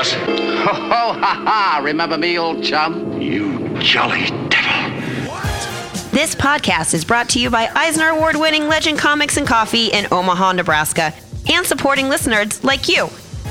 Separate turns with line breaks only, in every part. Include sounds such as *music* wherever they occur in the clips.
Ho, ho, Oh, ha, ha. Remember me, old chum?
*laughs* You jolly devil.
This podcast is brought to you by Eisner Award winning Legend Comics and Coffee in Omaha, Nebraska, and supporting listeners like you.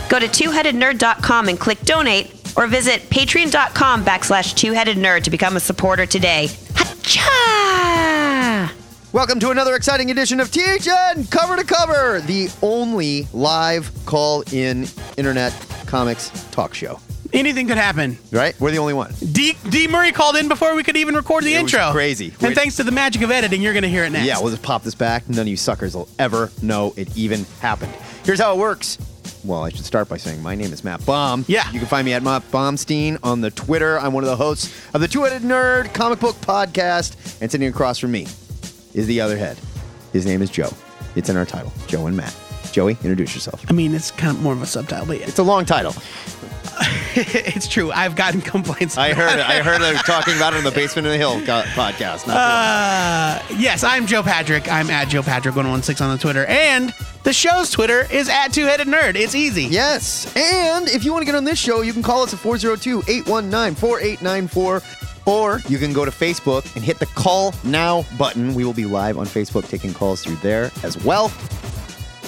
Go to twoheadednerd.com and click donate, or visit patreon.com backslash twoheadednerd to become a supporter today. Hacha!
Welcome to another exciting edition of THN Cover to Cover, the only live call in internet comics talk show.
Anything could happen.
Right? We're the only one.
D, D Murray called in before we could even record the
It was
intro.
crazy.
And
We're-
thanks to the magic of editing, you're going to hear it next.
Yeah, we'll just pop this back. None of you suckers will ever know it even happened. Here's how it works. Well, I should start by saying my name is Matt Baum.
Yeah.
You can find me at Matt Baumstein on the Twitter. I'm one of the hosts of the Two-Headed Nerd comic book podcast. And sitting across from me is the other head. His name is Joe. It's in our title, Joe and Matt. Joey, introduce yourself.
I mean, it's kind of more of a subtitle, but yeah,
It's a long title.
*laughs* it's true. I've gotten complaints.
I heard it. I heard them talking about it on the Basement of the Hill co- podcast. Not
Uh, Yes, I'm Joe Patrick. I'm at Joe Patrick 116 on the Twitter. And the show's Twitter is at Two Headed Nerd. It's easy.
Yes. And if you want to get on this show, you can call us at 402 819 4894. Or you can go to Facebook and hit the call now button. We will be live on Facebook taking calls through there as well.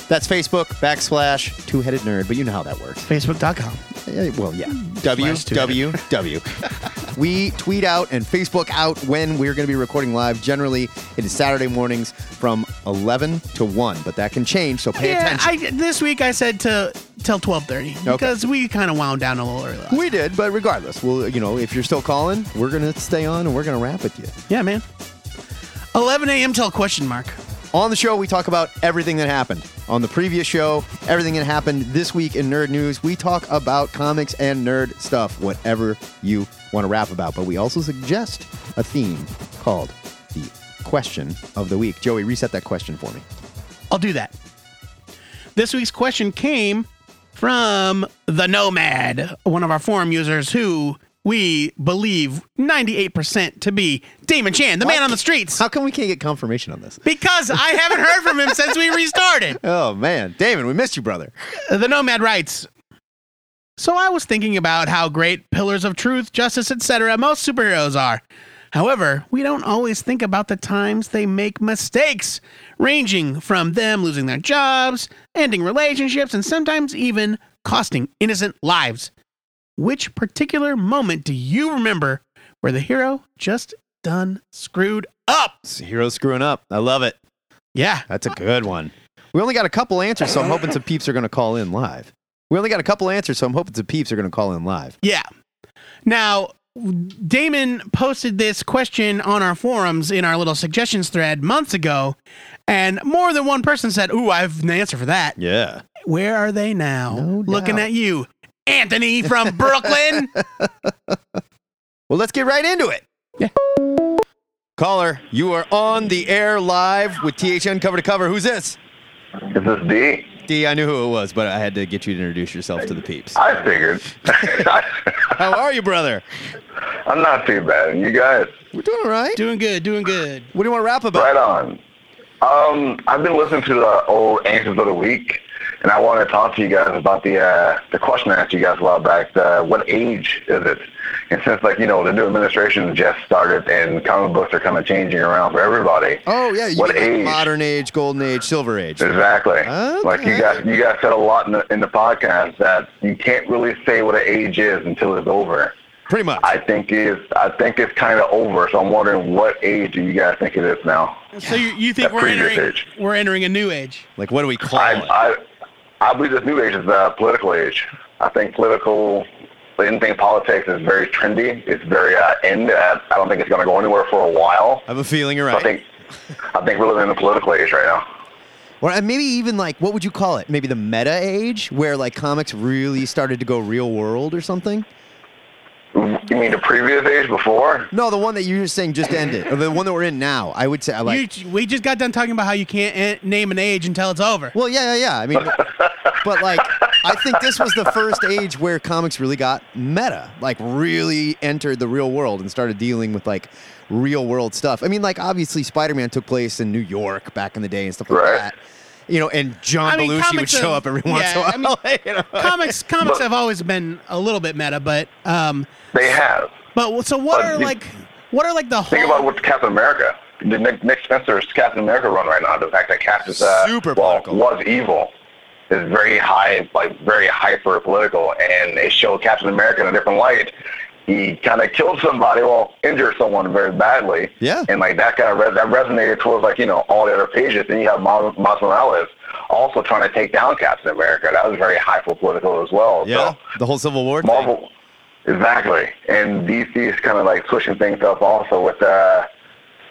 That's Facebook backslash two headed nerd, but you know how that works.
Facebook.com.
Eh, Well, yeah.
Slash two-headed. *laughs*
WWW. *laughs* we tweet out and Facebook out when we're going to be recording live. Generally, it is Saturday mornings from 11 to 1, but that can change, so pay
Yeah,
attention.
I, this week I said to till 1230
Okay.
because we kind of wound down a little early. last-
We did, but regardless, well, you know, if you're still calling, we're gonna stay on and we're gonna rap with you.
yeah, man. 11 a.m. till question mark.
On the show, we talk about everything that happened on the previous show, everything that happened this week in nerd news. We talk about comics and nerd stuff, whatever you want to rap about. But we also suggest a theme called the question of the week. Joey, reset that question for me.
I'll do that. This week's question came from the Nomad, one of our forum users who we believe 98% to be Damon Chan, the man on the streets.
How come we can't get confirmation on this?
Because I haven't heard from him since we restarted.
*laughs* Oh man, Damon, we missed you, brother.
The Nomad writes So I was thinking about how great pillars of truth, justice, etc. most superheroes are. However, we don't always think about the times they make mistakes, ranging from them losing their jobs, ending relationships, and sometimes even costing innocent lives. Which particular moment do you remember where the hero just done screwed up?
It's hero screwing up. I love it.
Yeah.
That's a good one. We only got a couple answers, so I'm hoping some peeps are going to call in live. We only got a couple answers, so I'm hoping some peeps are going to call in live.
Yeah. Now, Damon posted this question on our forums in our little suggestions thread months ago, and more than one person said, Ooh, I have an answer for that.
Yeah.
Where are they now?
No
Looking
doubt.
at you, Anthony
*laughs*
from Brooklyn.
Well, let's get right into it.
Yeah.
Caller, you are on the air live with THN cover to cover. Who's this?
Is this D?
D, I knew who it was, but I had to get you to introduce yourself to the peeps.
I figured. *laughs*
How are you, brother?
I'm not too bad. You guys,
We're doing all right.
doing good, doing good.
What do you want to rap about?
right on. Um, I've been listening to the old Answers of the Week, and I want to talk to you guys about the uh, the question I asked you guys a while back. The, what age is it? And since, like, you know, the new administration just started and comic books are kind of changing around for everybody.
Oh, yeah. You
what
mean, like,
age?
Modern age, golden age, silver age.
Exactly.
Okay.
Like you guys, you guys said a lot in the, in the podcast that you can't really say what an age is until it's over.
Pretty much.
I think it's I think it's kind of over. So I'm wondering what age do you guys think it is now?
So you, you think
That
we're
previous
entering
age.
we're entering a new age?
Like, what do we call it?
I I, I believe this new age is uh, political age. I think political anything politics is very trendy. It's very uh, in. Uh, I don't think it's going to go anywhere for a while.
I have a feeling you're
So I
right.
think I think we're living in the political age right now.
Or and maybe even like, what would you call it? Maybe the meta age, where like comics really started to go real world or something?
You mean the previous age before?
No, the one that you were saying just ended, or the one that we're in now. I would say, I like,
you, we just got done talking about how you can't eh, name an age until it's over.
well, yeah, yeah, yeah. I
*laughs*
mean, but like, I think this was the first age where comics really got meta, like, really entered the real world and started dealing with like real world stuff. I mean, like, obviously, Spider Man took place in New York back in the day and stuff like
Right.
that. you know, and John
I mean,
Belushi would
comics
show
are-
up every once in a
yeah, I
while. *laughs* you know?
comics comics have always been a little bit meta, but um,
They have.
but so what
But
are
you-
like what are like the
Think about
whole
what Captain America. The Nick, Nick Spencer's Captain America run right now. The fact that Cap is uh,
Super
well,
political.
was evil is very high, like very hyper political, and they show Captain America in a different light. He kind of killed somebody, well, injured someone very badly.
Yeah.
And like that kind of re- that resonated towards like you know all the other pages. And you have Miles Miles Morales also trying to take down Captain America. That was very hyper political as well.
yeah,
So,
the whole Civil War. thing.
Marvel, exactly. And DC is kind of like switching things up also with uh,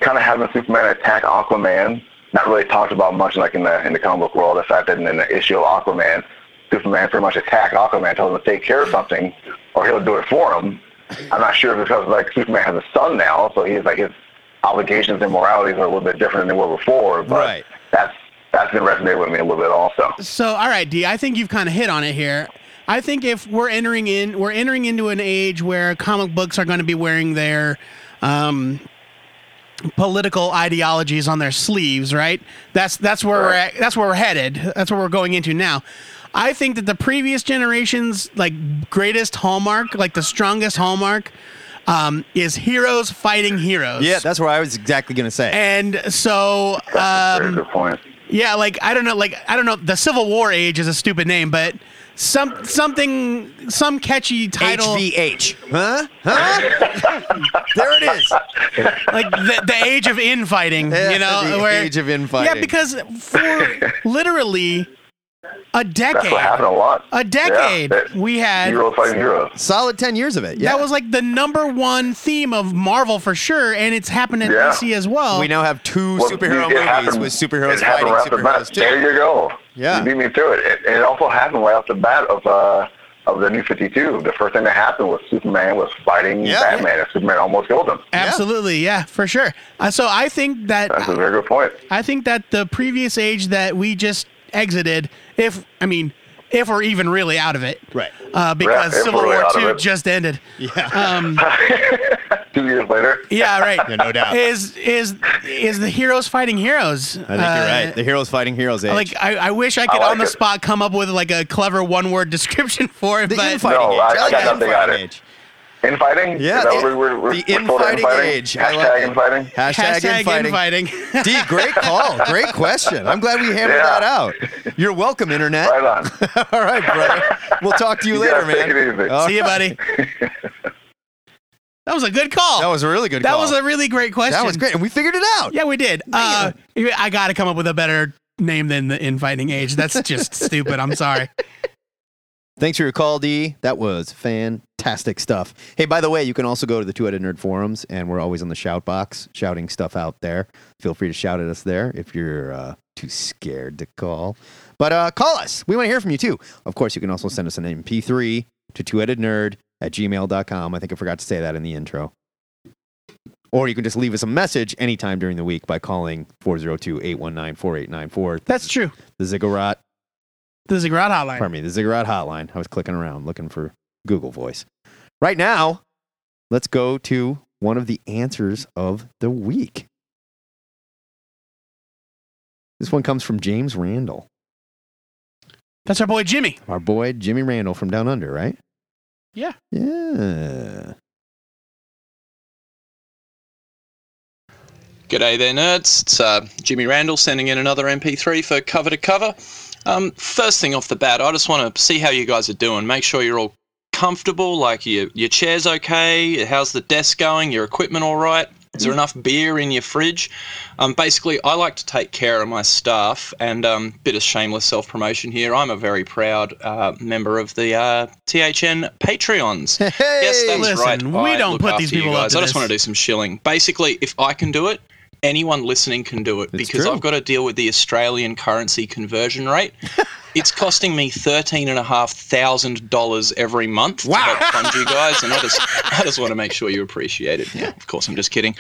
kind of having Superman attack Aquaman. Not really talked about much like in the in the comic book world. The fact that in the issue of Aquaman, Superman pretty much attacked Aquaman, told him to take care of something, or he'll do it for him. I'm not sure because like Superman has a son now, so he's like his obligations and moralities are a little bit different than they were before. But
Right.
that's that's been resonating with me a little bit also.
so all right, D, I think you've kind of hit on it here. I think if we're entering in we're entering into an age where comic books are going to be wearing their um, political ideologies on their sleeves, right? That's that's where we're at, that's where we're headed. That's where we're going into now. I think that the previous generation's like greatest hallmark, like the strongest hallmark, um, is heroes fighting heroes.
Yeah, that's what I was exactly gonna say.
and so
That's a
um,
very good point.
yeah, like I don't know, like I don't know. The Civil War age is a stupid name, but some something some catchy title
HVH. Huh? Huh? *laughs* there it is.
like the, the age of infighting,
Yeah,
you know,
the
where-
age of infighting.
Yeah, because for literally a
That's what
decade,
happened a lot.
a decade
Yeah, that-
we had
Hero fighting hero.
Solid 10 years of it. Yeah.
that was like the number one theme of Marvel for sure, and it's happened in
Yeah.
DC as well.
we now have two
Well,
superhero
it
movies
happened-
with superheroes
it
fighting
happened right off the
superheroes
bat.
too.
There you go.
Yeah.
You beat me to it. it. It also happened right off the bat of uh, of the New 52. The first thing that happened was Superman was fighting
Yeah.
Batman, and Superman almost killed him.
Absolutely, yeah, for sure. Uh, so I think that
That's a very good point.
I think that the previous age that we just exited, if I mean, if we're even really out of it,
Right.
Uh, because
if we're
Civil
really
War
out of
Two
it.
just ended. Um,
Yeah.
*laughs* Two years later,
Yeah, right.
*laughs* Yeah, no doubt.
Is is is the heroes fighting heroes? Uh,
I think you're right. The heroes fighting heroes age.
Like I, I wish I could
like
on the
it.
spot come up with like a clever one word *laughs* description for it,
the
but
infighting
No,
age.
I- I
like
got
the
nothing
infighting
on it.
age.
infighting.
Yeah,
Is that
the-
what we were, we're,
the
we're told
infighting age. I like
Hashtag
it.
infighting.
Hashtag,
hashtag
infighting.
infighting.
D, great call. Great question. I'm glad we hammered
Yeah.
that out. You're welcome, Internet.
Right on.
*laughs* All right, brother. We'll talk to you,
You
later,
guys take
man.
it easy.
All
See you,
right.
buddy.
*laughs*
That was a good call.
That was a really good
That
call.
was a really great question.
That was great. And we figured it out.
Yeah, we did. Uh, I got to come up with a better name than the infighting age. That's
*laughs*
just stupid. I'm sorry. *laughs*
Thanks for your call, D. That was fantastic stuff. Hey, by the way, you can also go to the Two-Headed Nerd forums, and we're always on the shout box, shouting stuff out there. Feel free to shout at us there if you're uh, too scared to call. But uh, call us. We want to hear from you, too. Of course, you can also send us an MP3 to two-headednerd at gmail.com. I think I forgot to say that in the intro. Or you can just leave us a message anytime during the week by calling 402-819-4894.
That's true.
The ziggurat
The Ziggurat Hotline.
pardon me, the Ziggurat Hotline. I was clicking around looking for Google Voice. Right now, let's go to one of the answers of the week. This one comes from James Randall,
That's our boy Jimmy.
our boy Jimmy Randall from Down Under, right?
Yeah.
Yeah.
G'day there, nerds. It's uh, Jimmy Randall sending in another MP3 for cover to cover. Um, first thing off the bat, I just want to see how you guys are doing. Make sure you're all comfortable, like your, your chair's okay, how's the desk going, your equipment all right, is there enough beer in your fridge? Um, basically, I like to take care of my staff, and um, bit of shameless self promotion here. I'm a very proud uh, member of the uh, THN
*laughs*
Patreons. Yes, that's
listen,
right.
we
I
don't
look
put
after
these
you
people up
guys.
to
I just
this.
want to do some shilling. Basically, if I can do it, anyone listening can do it because
true.
I've got to deal with the Australian currency conversion rate. it's costing me thirteen and a half thousand dollars every month wow. to help fund you guys, and I just I just want to make sure you appreciate it. Yeah, of course, I'm just kidding.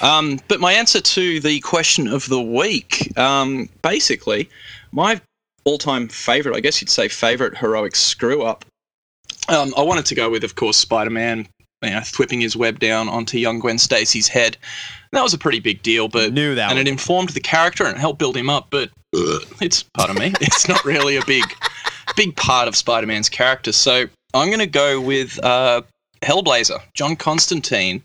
Um, but my answer to the question of the week, um, basically, my all-time favorite, I guess you'd say, favorite heroic screw-up um, I wanted to go with, of course, Spider Man, you know, whipping his web down onto young Gwen Stacy's head. That was a pretty big deal, but
Knew that
and
one.
it informed the character and it helped build him up. But It's part of me. *laughs* It's not really a big, big part of Spider-Man's character. So I'm going to go with uh, Hellblazer, John Constantine,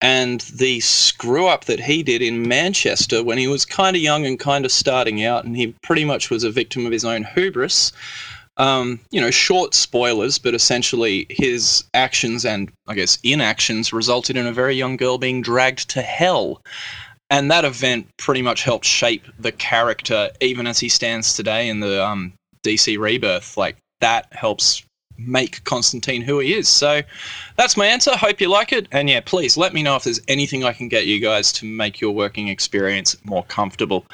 and the screw up that he did in Manchester when he was kind of young and kind of starting out, and he pretty much was a victim of his own hubris. Um, you know, short spoilers, but essentially his actions and I guess inactions resulted in a very young girl being dragged to hell and that event pretty much helped shape the character even as he stands today in the um, DC Rebirth. Like that helps make Constantine who he is. So that's my answer. Hope you like it. And yeah, please let me know if there's anything I can get you guys to make your working experience more comfortable.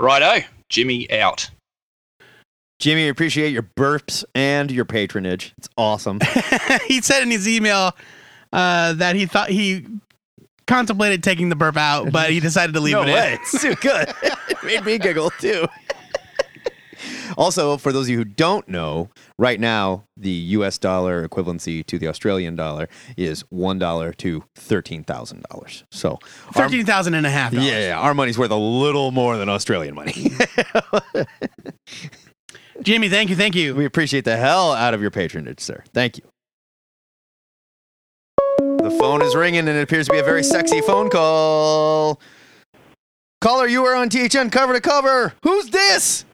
Righto, Jimmy out.
Jimmy, appreciate your burps and your patronage. It's
*laughs*
awesome.
he said in his email uh, that he thought he contemplated taking the burp out, but he decided to leave it in.
It's too
*laughs*
good. it *laughs* made me giggle too. also, for those of you who don't know, right now the US dollar equivalency to the Australian dollar is one dollar to thirteen thousand dollars. So our-
Thirteen thousand and a half. dollars.
yeah, our money's worth a little more than Australian money.
*laughs* Jimmy, thank you, thank you.
we appreciate the hell out of your patronage, sir. Thank you. The phone is ringing and it appears to be a very sexy phone call. Caller, you are on THN cover to cover. Who's this?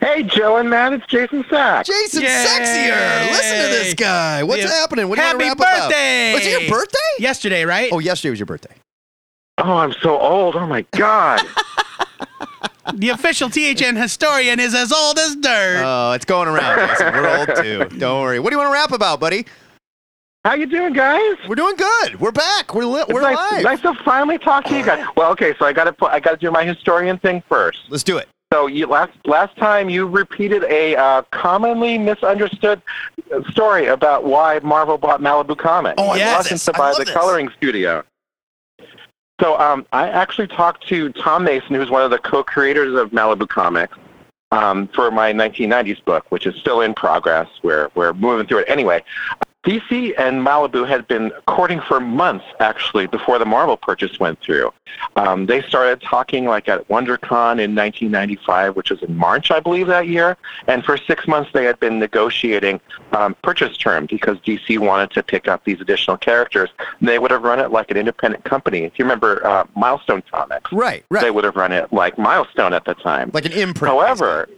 Hey, Joe and Matt, it's Jason Sack.
Jason
Yay!
Sexier. Listen to this guy. What's
Yeah.
happening? What do you
Happy
want to wrap
birthday!
about? Was it your birthday?
Yesterday, right?
Oh, yesterday was your birthday.
Oh, I'm so old. Oh my God.
*laughs* The official THN historian is as old as dirt.
Oh, it's going around. Jason. We're
*laughs*
old too. Don't worry. What do you want to rap about, buddy?
How you doing, guys?
We're doing good. We're back. We're li- we're
nice,
alive.
nice to finally talk to you
*clears throat*
guys. Well, okay, so I got to I got to do my historian thing first.
Let's do it.
So you, last last time you repeated a uh, commonly misunderstood story about why Marvel bought Malibu Comics.
Oh, I
Yes.
love this.
to
I
buy
love
the
this.
coloring studio. So um, I actually talked to Tom Mason, who's one of the co-creators of Malibu Comics, um, for my 1990s book, which is still in progress. We're we're moving through it anyway. DC and Malibu had been courting for months, actually, before the Marvel purchase went through. Um, they started talking like at WonderCon in 1995, which was in March, I believe, that year. And for six months, they had been negotiating um, purchase term because DC wanted to pick up these additional characters. They would have run it like an independent company. If you remember uh, Milestone Comics,
Right,
they
right.
would have run it like Milestone at the time.
Like an imprint.
However,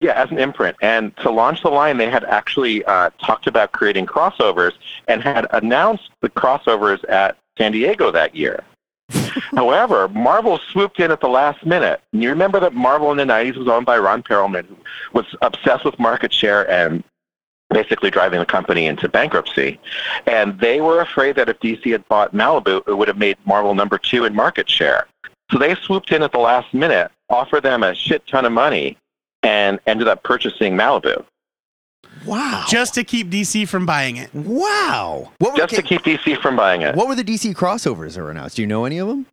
yeah, as an imprint. And to launch the line, they had actually uh, talked about creating crossovers and had announced the crossovers at San Diego that year. However, Marvel swooped in at the last minute. And you remember that Marvel in the 90s was owned by Ron Perelman, who was obsessed with market share and basically driving the company into bankruptcy. And they were afraid that if DC had bought Malibu, it would have made Marvel number two in market share. So they swooped in at the last minute, offered them a shit ton of money, and ended up purchasing Malibu
basically. Wow.
Just to keep DC from buying it.
wow. What were,
just to
okay,
keep DC from buying it.
what were the DC crossovers that were announced? Do you know any of them?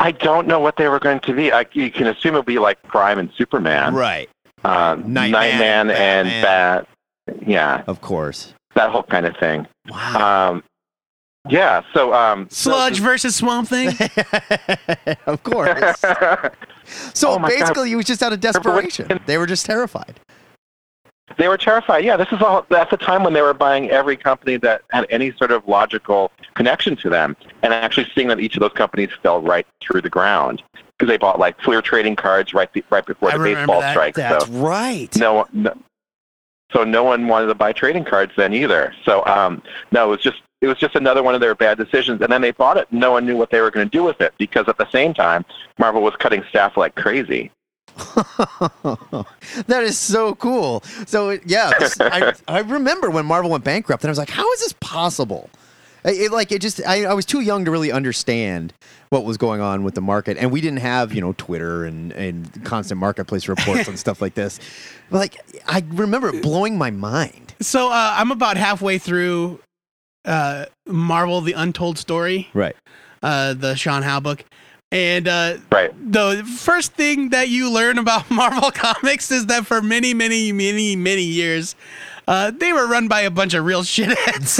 I don't know what they were going to be. I, you can assume it'll be like Prime and Superman,
Right.
uh,
Nightman,
Nightman and Bat, yeah,
Of course.
that whole kind of thing.
Wow.
Um, yeah, so um, *laughs*
Sludge versus Swamp Thing.
*laughs* of course. So
Oh my God.
basically, it was just out of desperation. They were just terrified. *laughs*
They were terrified. Yeah, this is all at the time when they were buying every company that had any sort of logical connection to them, and actually seeing that each of those companies fell right through the ground because they bought like Fleer trading cards right be- right before
I
the
remember
baseball
that.
strike. so
right.
no, one- no, so no one wanted to buy trading cards then either. So um, no, it was just it was just another one of their bad decisions. And then they bought it. and No one knew what they were going to do with it because at the same time, Marvel was cutting staff like crazy.
that is so cool. So it- yeah, this- I,
*laughs*
I remember when Marvel went bankrupt, and I was like, "How is this possible?" It, it, like it just I, I was too young to really understand what was going on with the market, and we didn't have you know Twitter and and constant marketplace reports
*laughs*
and stuff like this. But like I remember it blowing my mind.
So uh, I'm about halfway through uh, Marvel: The Untold Story,
Right.
uh, the Sean Howe book, and uh,
Right.
the first *laughs* thing that you learn about Marvel comics is that for many, many, many, many years, Uh, they were run by a bunch of real *laughs* shitheads.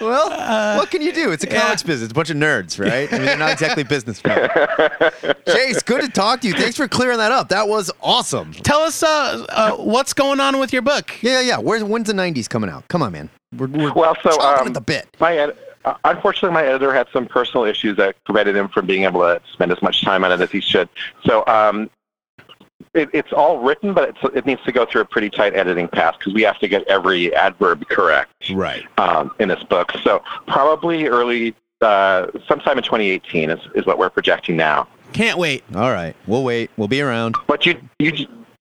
Well,
Uh,
what can you do? It's a comics business. It's a bunch of nerds, right? I mean, they're not exactly business people.
*laughs*
Chase, good to talk to you. Thanks for clearing that up. That was awesome.
Tell us uh, uh, what's going on with your book.
Yeah, yeah, yeah. Where's, when's the 90s coming out? Come on, man. We're, we're
Well, so
chomping
um,
at the bit.
my ed- uh, unfortunately, my editor had some personal issues that prevented him from being able to spend as much time on it as he should. So um, it, it's all written, but it's, it needs to go through a pretty tight editing path because we have to get every adverb correct
Right.
um, in this book. So probably early, uh, sometime in 2018 is, is what we're projecting now.
Can't wait.
All right. We'll wait. We'll be around.
But you, you,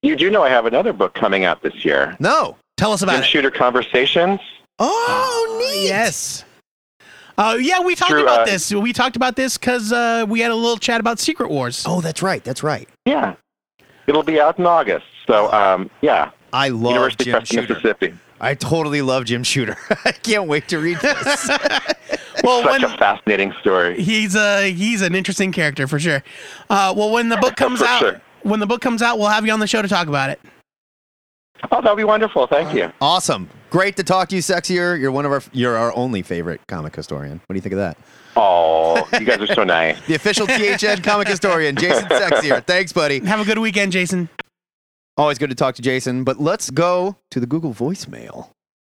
you do know I have another book coming out this year.
No.
Tell us about
In
it.
Shooter Conversations.
*laughs* Oh, neat.
Yes. Uh, yeah, we talked
True,
about
uh,
this. We talked about this because uh, we had a little chat about Secret Wars.
Oh, that's right. That's right.
Yeah. It'll be out in August. So, um, yeah.
I love
University
Jim
Press,
Shooter.
Mississippi.
I totally love Jim Shooter. *laughs* *laughs* I can't wait to read
*laughs*
this.
Well,
Such
when
a fascinating story.
he's uh, he's an interesting character for sure. Uh, well, when the book comes
For
out,
sure.
when the book comes out, we'll have you on the show to talk about it.
Oh, that'd be wonderful. Thank you.
*laughs* awesome. Great to talk to you, sexier. You're one of our. You're our only favorite comic historian. What do you think of that?
Oh, you guys are so nice.
*laughs* The official THN comic historian, Jason Sexier. Thanks, buddy.
Have a good weekend, Jason.
Always good to talk to Jason. But let's go to the Google voicemail.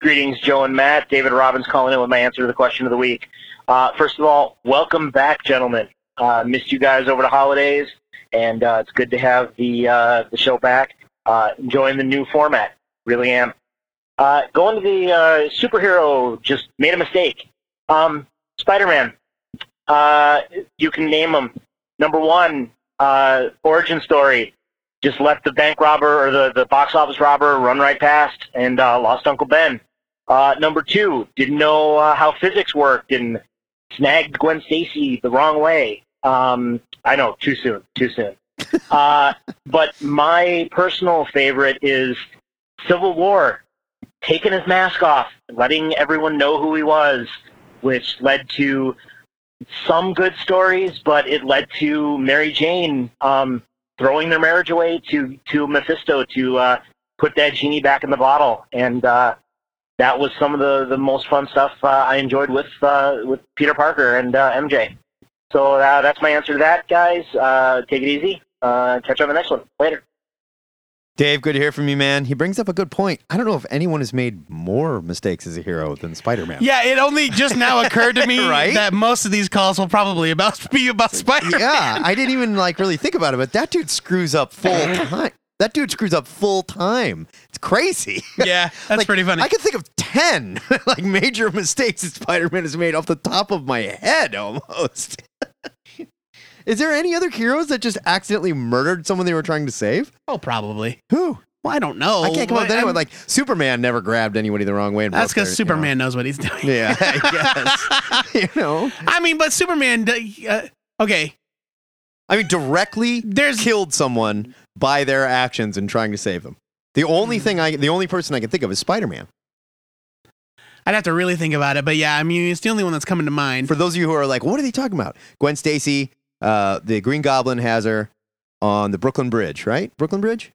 Greetings, Joe and Matt. David Robbins calling in with my answer to the question of the week. Uh, first of all, welcome back, gentlemen. Uh, missed you guys over the holidays, and uh, it's good to have the uh, the show back. Uh, enjoying the new format, really am. Uh, going to the uh, superhero, just made a mistake. Um, Spider-Man. Uh, you can name them. Number one, uh, origin story just let the bank robber or the, the box office robber run right past and uh, lost Uncle Ben. Uh, number two, didn't know uh, how physics worked and snagged Gwen Stacy the wrong way. Um, I know, too soon, too soon. uh, *laughs* but my personal favorite is Civil War, taking his mask off, letting everyone know who he was, which led to some good stories, but it led to Mary Jane um, throwing their marriage away to to Mephisto to uh, put that genie back in the bottle, and uh, that was some of the, the most fun stuff uh, I enjoyed with uh, with Peter Parker and uh, MJ. So uh, that's my answer to that, guys. Uh, take it easy. Uh, catch you on the next one. Later.
Dave, good to hear from you, man. He brings up a good point. I don't know if anyone has made more mistakes as a hero than Spider Man.
Yeah, it only just now occurred to me
*laughs* Right?
that most of these calls will probably about *laughs* be about Spider.
yeah, I didn't even like really think about it, but that dude screws up full time. That dude screws up full time. It's crazy.
yeah,
*laughs*
that's
Like,
pretty funny.
I can think of ten *laughs* like major mistakes that Spider-Man has made off the top of my head almost. *laughs* Is there any other heroes that just accidentally murdered someone they were trying to save?
oh, probably.
Who?
Well, I don't know.
I can't come up with
Well,
anyone.
I'm-
Like Superman never grabbed anybody the wrong way. And
that's
broke
because
their- you know.
Superman knows what he's doing.
Yeah,
*laughs*
I guess. you know,
I mean, but Superman. d- Uh, okay,
I mean, directly
there's
killed someone by their actions and trying to save them. The only
Hmm.
thing I, the only person I can think of is Spider-Man.
I'd have to really think about it, but yeah, I mean, it's the only one that's coming to mind.
For those of you who are like, what are they talking about? Gwen Stacy, uh, the Green Goblin has her on the Brooklyn Bridge, right? Brooklyn Bridge?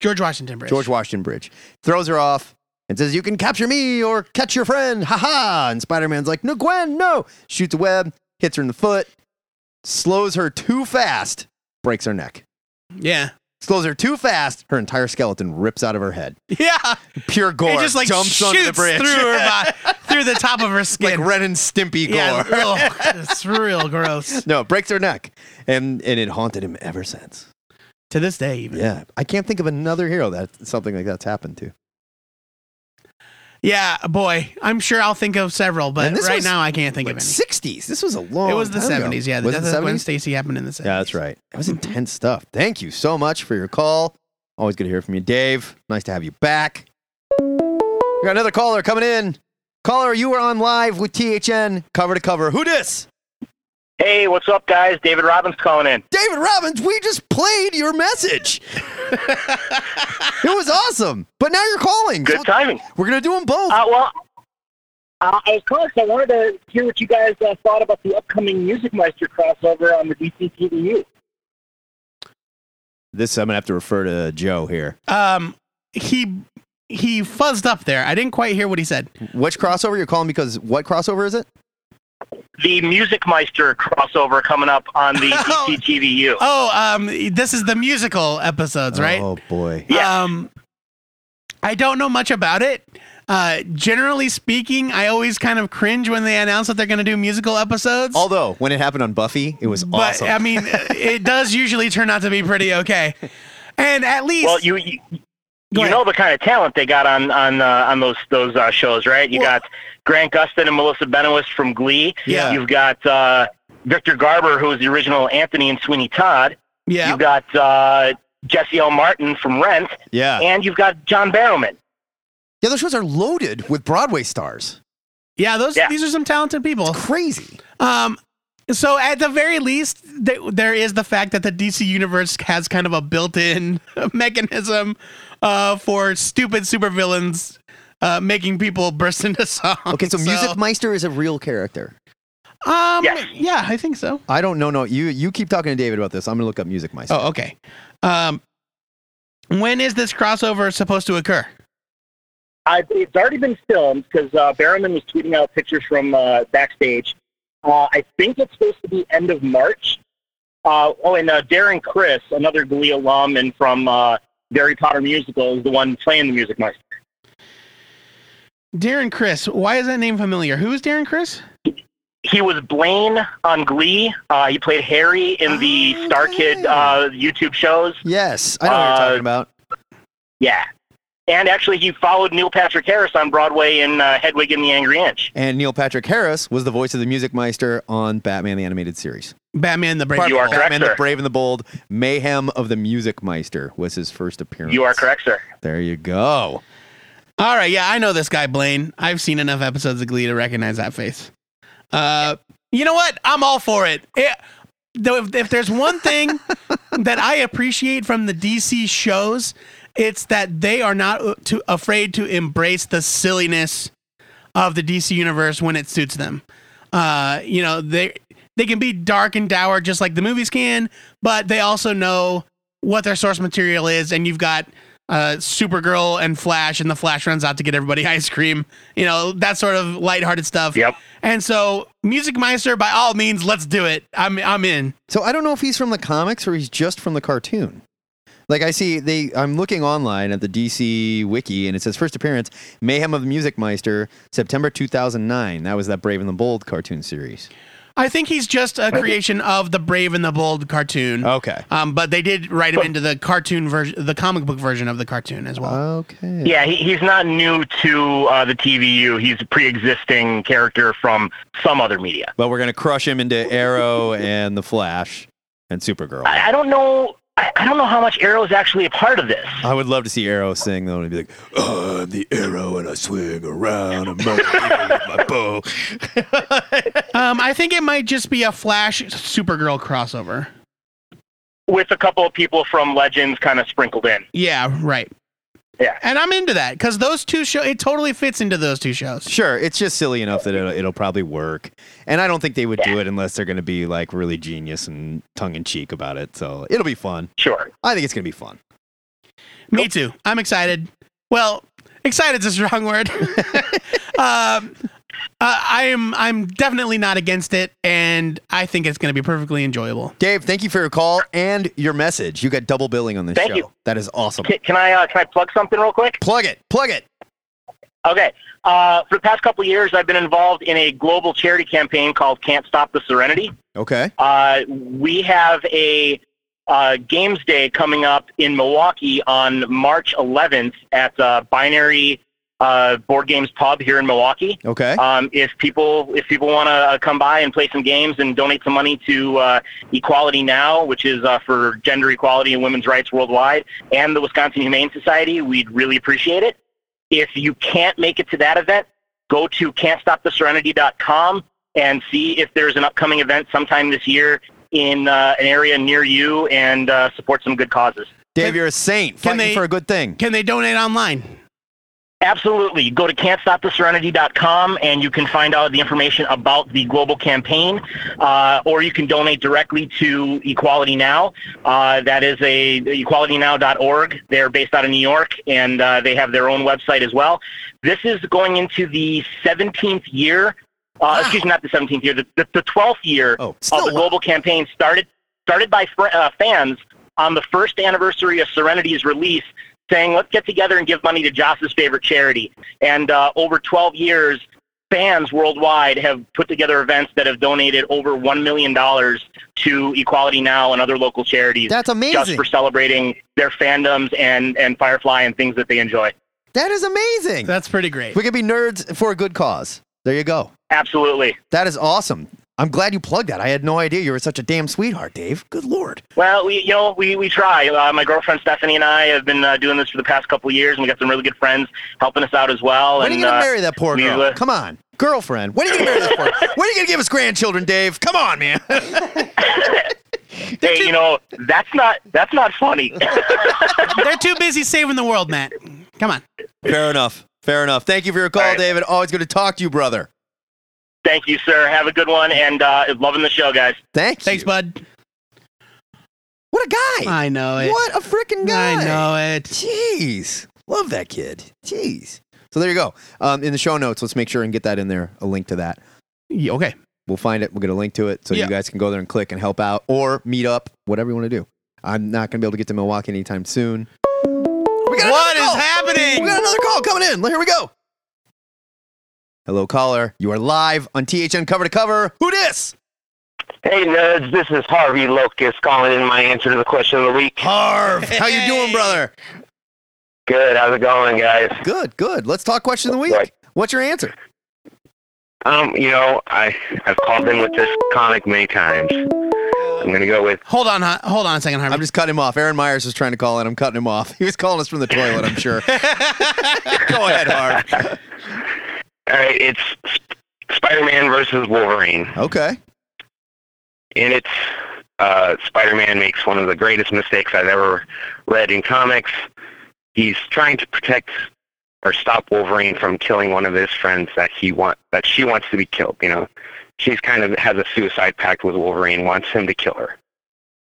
George Washington Bridge.
George Washington Bridge. Throws her off and says, You can capture me or catch your friend. Ha ha. And Spider Man's like, No, Gwen, no. Shoots a web, hits her in the foot, slows her too fast, breaks her neck.
Yeah,
Slows her too fast, her entire skeleton rips out of her head.
*laughs* yeah.
Pure gore
it just like
jumps
shoots
onto the bridge.
through
*laughs*
her body, through the top of her
like
skin.
Ren and Stimpy gore.
yeah,
*laughs*
ugh, it's real gross.
No, breaks her neck. And, and it haunted him ever since.
To this day, even.
Yeah, I can't think of another hero that something like that's happened to.
Yeah, boy, I'm sure I'll think of several, but
And this
right
was,
now I can't think
like
of any.
Sixties. This was a long.
It was the
time ago.
70s. Yeah, the
was it
death
the
of Gwen
seventies?
Stacy happened in the Mm-hmm. 70s.
Yeah, that's right. It was intense stuff. Thank you so much for your call. Always good to hear from you, Dave. Nice to have you back. We got another caller coming in. Caller, you were on live with THN cover to cover. Who dis?
Hey, what's up, guys? David Robbins calling in.
David Robbins, we just played your message. *laughs* it was awesome. But now you're calling.
Good
So
timing.
We're going to do them both.
Uh, well, uh, I was calling 'cause I wanted to hear what you guys uh, thought about the upcoming Music Meister crossover on the DC TVU.
This I'm gonna have to refer to Joe here.
Um, he he fuzzed up there. I didn't quite hear what he said.
Which crossover you're calling? Because what crossover is it?
The Music Meister crossover coming up on the DCTVU.
Oh, um, this is the musical episodes, right?
Oh boy.
Yeah.
Um, I don't know much about it. Uh, generally speaking, I always kind of cringe when they announce that they're going to do musical episodes.
Although when it happened on Buffy, it was
but
awesome.
I
*laughs*
mean, it does usually turn out to be pretty okay. And at least,
Well, you you,
Go
you
ahead.
know the kind of talent they got on on uh, on those those uh, shows, right? You got Grant Gustin and Melissa Benoist from Glee.
Yeah.
You've got uh, Victor Garber, who was the original Anthony and Sweeney Todd.
yeah,
You've got uh, Jesse L. Martin from Rent,
yeah.
and you've got John Barrowman.
Yeah, those shows are loaded with Broadway stars.
yeah, those
Yeah.
these are some talented people.
Crazy.
Um, so at the very least, th- there is the fact that the DC universe has kind of a built-in *laughs* mechanism uh, for stupid supervillains uh, making people *laughs* burst into song.
Okay, so, Music Meister is a real character.
Um,
Yes.
yeah, I think so.
I don't know. No, you you keep talking to David about this. I'm gonna look up Music Meister.
Oh, okay. Um, when is this crossover supposed to occur?
I, it's already been filmed because uh, Barrowman was tweeting out pictures from uh, backstage. Uh, I think it's supposed to be end of March. Uh, oh, and uh, Darren Chris, another Glee alum and from uh, the Harry Potter musical, is the one playing the music meister.
Darren Chris, why is that name familiar? Who is Darren Chris?
He was Blaine on Glee. Uh, he played Harry in the
Oh,
Star Kid
yeah.
uh, YouTube shows.
Yes, I know what you're talking
Uh,
about.
Yeah. And actually, he followed Neil Patrick Harris on Broadway in uh, Hedwig and the Angry Inch.
And Neil Patrick Harris was the voice of the Music Meister on Batman the Animated Series.
Batman the Brave.
You are
Soul.
correct,
Batman
sir.
the Brave and the Bold, Mayhem of the Music Meister was his first appearance.
You are correct, sir.
There you go.
All right, yeah, I know this guy Blaine. I've seen enough episodes of Glee to recognize that face. Uh, you know what? I'm all for it. It- though if, if there's one thing that I appreciate from the DC shows, it's that they are not uh, too afraid to embrace the silliness of the DC universe when it suits them. Uh, you know, they they can be dark and dour just like the movies can, but they also know what their source material is, and you've got uh, Supergirl and Flash, and the Flash runs out to get everybody *laughs* ice cream. You know that sort of lighthearted stuff.
Yep.
And so, Music Meister, by all means, let's do it. I'm I'm in.
So I don't know if he's from the comics or he's just from the cartoon. Like I see they I'm looking online at the DC wiki and it says first appearance Mayhem of the Music Meister September 2009. That was that Brave and the Bold cartoon series.
I think he's just a creation of the Brave and the Bold cartoon.
Okay.
Um, but they did write him into the cartoon version, the comic book version of the cartoon as well.
Okay.
Yeah, he, he's not new to uh, the TVU. He's a pre-existing character from some other media.
But we're going to crush him into Arrow *laughs* and the Flash and Supergirl.
I, I don't know. I, I don't know how much Arrow's actually a part of this.
I would love to see Arrow sing though and be like, "I'm the Arrow and I swing around and murder people with my bow."
*laughs* Um, I think it might just be a Flash Supergirl crossover.
With a couple of people from Legends kind of sprinkled in.
Yeah, right.
Yeah.
And I'm into that because those two show it totally fits into those two shows.
Sure, it's just silly enough that it'll, it'll probably work, and I don't think they would do it unless they're going to be like really genius and tongue in cheek about it. So it'll be fun.
Sure.
I think it's going to be fun.
Me too. I'm excited. Well, excited's a
*laughs*
strong word. um, uh, I'm I'm definitely not against it, and I think it's going to be perfectly enjoyable.
Dave, thank you for your call and your message. You got double billing on this
Thank
show.
you.
That is awesome.
Can, can I uh, can I plug something real quick?
Plug it. Plug it.
Okay. Uh, for the past couple of years, I've been involved in a global charity campaign called Can't Stop the Serenity.
Okay.
Uh, we have a uh, games day coming up in Milwaukee on March 11th at uh, Binary uh, Board Games Pub here in Milwaukee.
Okay.
Um, if people if people want to come by and play some games and donate some money to uh, Equality Now, which is uh, for gender equality and women's rights worldwide, and the Wisconsin Humane Society, we'd really appreciate it. If you can't make it to that event, go to can'tstoptheserenity.com and see if there's an upcoming event sometime this year in uh, an area near you and uh, support some good causes.
Dave, you're a saint.
can
Fighting
they-
for a good thing.
Can they donate online?
Absolutely. Go to can'tstoptheserenity.com and you can find out the information about the global campaign, uh, or you can donate directly to Equality Now. Uh, that is a equalitynow.org. They're based out of New York and uh, they have their own website as well. This is going into the 17th year. Uh, Excuse me, not the 17th year, the, the, the 12th year
Oh,
of
still
the global campaign started started by fr- uh, fans on the first anniversary of Serenity's release, saying, "Let's get together and give money to Joss's favorite charity." And uh, over 12 years, fans worldwide have put together events that have donated over one million dollars to Equality Now and other local charities,
That's
just
amazing.
for celebrating their fandoms and and Firefly and things that they enjoy.
That is amazing.
That's pretty great.
We could be nerds for a good cause. There you go.
Absolutely.
That is awesome. I'm glad you plugged that. I had no idea you were such a damn sweetheart, Dave. Good lord.
Well, we you know we we try. Uh, my girlfriend Stephanie and I have been uh, doing this for the past couple of years, and we got some really good friends helping us out as well.
When are
and
you gonna
uh,
marry that poor
we,
girl?
uh,
Come on, girlfriend. When are you gonna marry that poor?
*laughs*
When are you gonna give us grandchildren, Dave? Come on, man. *laughs*
hey, you know that's not that's not funny.
*laughs* They're too busy saving the world, Matt. Come on.
Fair enough. Fair enough. Thank you for your call,
All right.
David. Always good to talk to you, brother.
Thank you, sir. Have a good one, and uh, loving the show, guys.
Thank
Thanks,
you.
bud.
What a guy.
I know it.
What a freaking guy.
I know it.
Jeez. Love that kid. Jeez. So there you go. Um, in the show notes, let's make sure and get that in there, a link to that.
Yeah, okay.
We'll find it. We'll get a link to it so
Yeah.
you guys can go there and click and help out or meet up, whatever you want to do. I'm not going to be able to get to Milwaukee anytime soon. We got
What
another
is
call.
happening?
We got another call coming in. Here we go. Hello, caller. You are live on THN cover to cover. Who dis?
Hey nerds, this is Harvey Locust calling in my answer to the question of the week.
Harv. How you doing,
Hey.
brother?
Good, how's it going, guys?
Good, good. Let's talk question of the week.
Right.
What's your answer?
Um, you know, I I've called in with this comic many times. I'm gonna go with
Hold on, hon- hold on a second, Harvey.
I'm just cutting him off. Aaron Myers was trying to call in. I'm cutting him off. *laughs* He was calling us from the toilet, I'm
*laughs*
sure. Go ahead, Harv.
all right, it's Sp- Spider-Man versus Wolverine,
Okay.
and it's uh, Spider-Man makes one of the greatest mistakes I've ever read in comics. He's trying to protect or stop Wolverine from killing one of his friends that he want that she wants to be killed. You know, she's kind of has a suicide pact with Wolverine, wants him to kill her.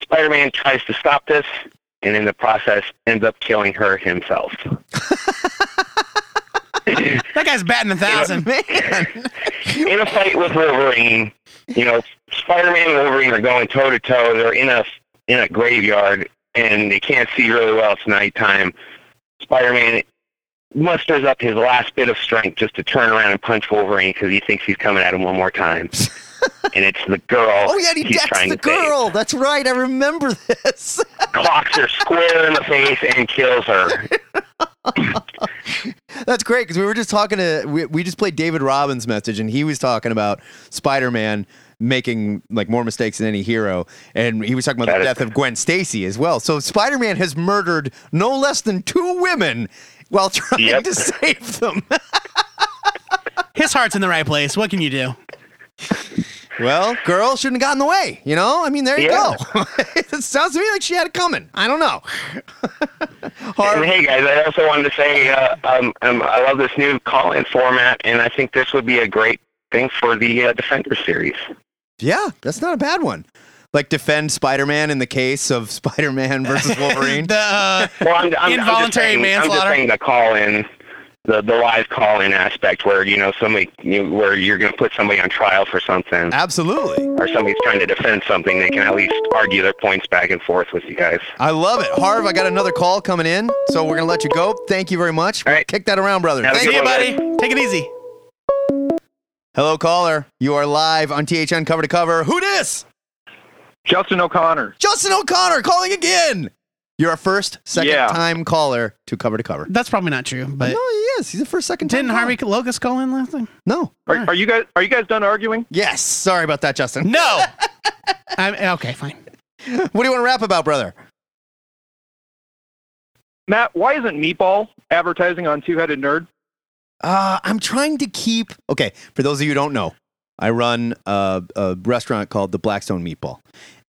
Spider-Man tries to stop this, and in the process, ends up killing her himself.
that guy's batting a thousand.
Man.
in a fight with Wolverine, you know, Spider-Man and Wolverine are going toe to toe. They're in a in a graveyard and they can't see really well. It's nighttime. Spider-Man musters up his last bit of strength just to turn around and punch Wolverine because he thinks he's coming at him one more
*laughs*
time. and it's the girl.
Oh, yeah, and he
he's
decks
trying
the
to save.
girl. That's right. I remember this. *laughs*
Clocks her square in the face and kills her.
That's great because we were just talking to we, we just played David Robbins' message and he was talking about Spider Man making like more mistakes than any hero and he was talking about
That
the
is-
death of Gwen Stacy as well. So Spider Man has murdered no less than two women while trying
Yep.
to *laughs* save them.
*laughs* His heart's in the right place. What can you do?
well, girl shouldn't have gotten the way. You know, I mean, there you
Yeah.
go. *laughs* it sounds to me like she had it coming. I don't know.
And
Harv,
hey guys, I also wanted to say uh, um, um, I love this new call-in format, and I think this would be a great thing for the uh, Defender series.
yeah, that's not a bad one. Like defend Spider Man in the case of *laughs* Spider Man versus Wolverine.
*laughs* The, uh,
Well, I'm, I'm, I'm just
Involuntary
saying, I'm
manslaughter.
just saying the call-in, the the live call-in aspect, where you know somebody, you, where you're going to put somebody on trial for something,
Absolutely.
or somebody's trying to defend something, they can at least argue their points back and forth with you guys.
I love it. Harv, I got another call coming in, so we're going to let you go. Thank you very much.
All right.
Kick that around, brother.
Have a
Thank
good
see
you.
you,
one,
buddy.
guys.
Take it easy.
Hello, caller. You are live on THN cover to cover. Who dis?
*laughs* Justin O'Connor.
Justin O'Connor calling again. You're a first, second
Yeah.
time caller to cover to cover.
That's probably not true, but
no, he is. He's a first, second time.
didn't
caller.
Harvey Locust call in last time?
No.
Are, are you guys are you guys done arguing?
Yes. Sorry about that, Justin. *laughs*
No. I'm, okay, fine.
What do you want to rap about, brother?
Matt, why isn't Meatball advertising on Two Headed Nerd?
Uh, I'm trying to keep. Okay, for those of you who don't know, I run a, a restaurant called the Blackstone Meatball,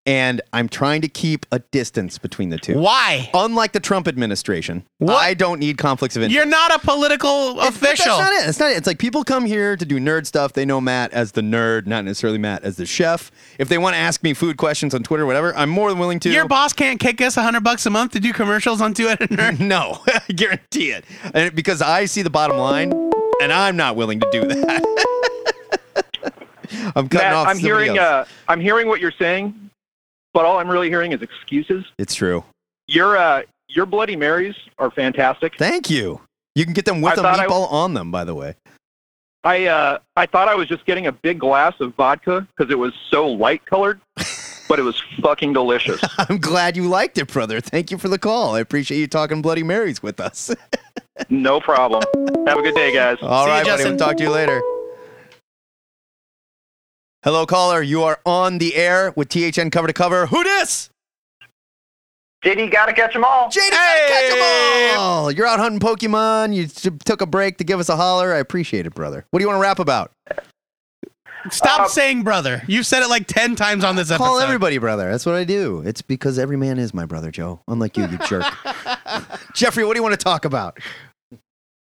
and I'm trying to keep a distance between the two.
Why?
Unlike the Trump administration,
What?
I don't need conflicts of interest.
You're not a political
But
official.
That's not it. That's not it. It's like people come here to do nerd stuff. They know Matt as the nerd, not necessarily Matt as the chef. If they want to ask me food questions on Twitter, whatever, I'm more than willing to.
Your boss can't kick us a hundred bucks a month to do commercials on Two Headed Nerd.
*laughs*
*laughs* no, I guarantee it. And because I see the bottom line, and I'm not willing to do that. *laughs* I'm cutting
Matt,
off.
I'm
somebody
hearing
else.
uh, I'm hearing what you're saying, but all I'm really hearing is excuses.
it's true.
Your uh, your Bloody Marys are fantastic.
Thank you. You can get them with
I
a
thought I-
meatball on them, by the way. *laughs*
I uh, I thought I was just getting a big glass of vodka because it was so light
*laughs*
colored, but it was fucking delicious.
I'm glad you liked it, brother. Thank you for the call. I appreciate you talking Bloody Marys with us. *laughs*
No problem. Have a good day, guys.
All
See ya,
right, buddy. We'll
Justin.
talk to you later. Hello, caller. You are on the air with THN cover to cover. Who dis?
JD gotta catch them all.
JD, catch 'em all. You're out hunting Pokemon. You t- took a break to give us a holler. I appreciate it, brother. What do you want to rap about?
Stop
Um,
saying brother. You said it like ten times on this episode.
Call everybody, brother. That's what I do. It's because every man is my brother, Joe. Unlike you, you jerk.
*laughs*
Jeffrey, what do you want to talk about?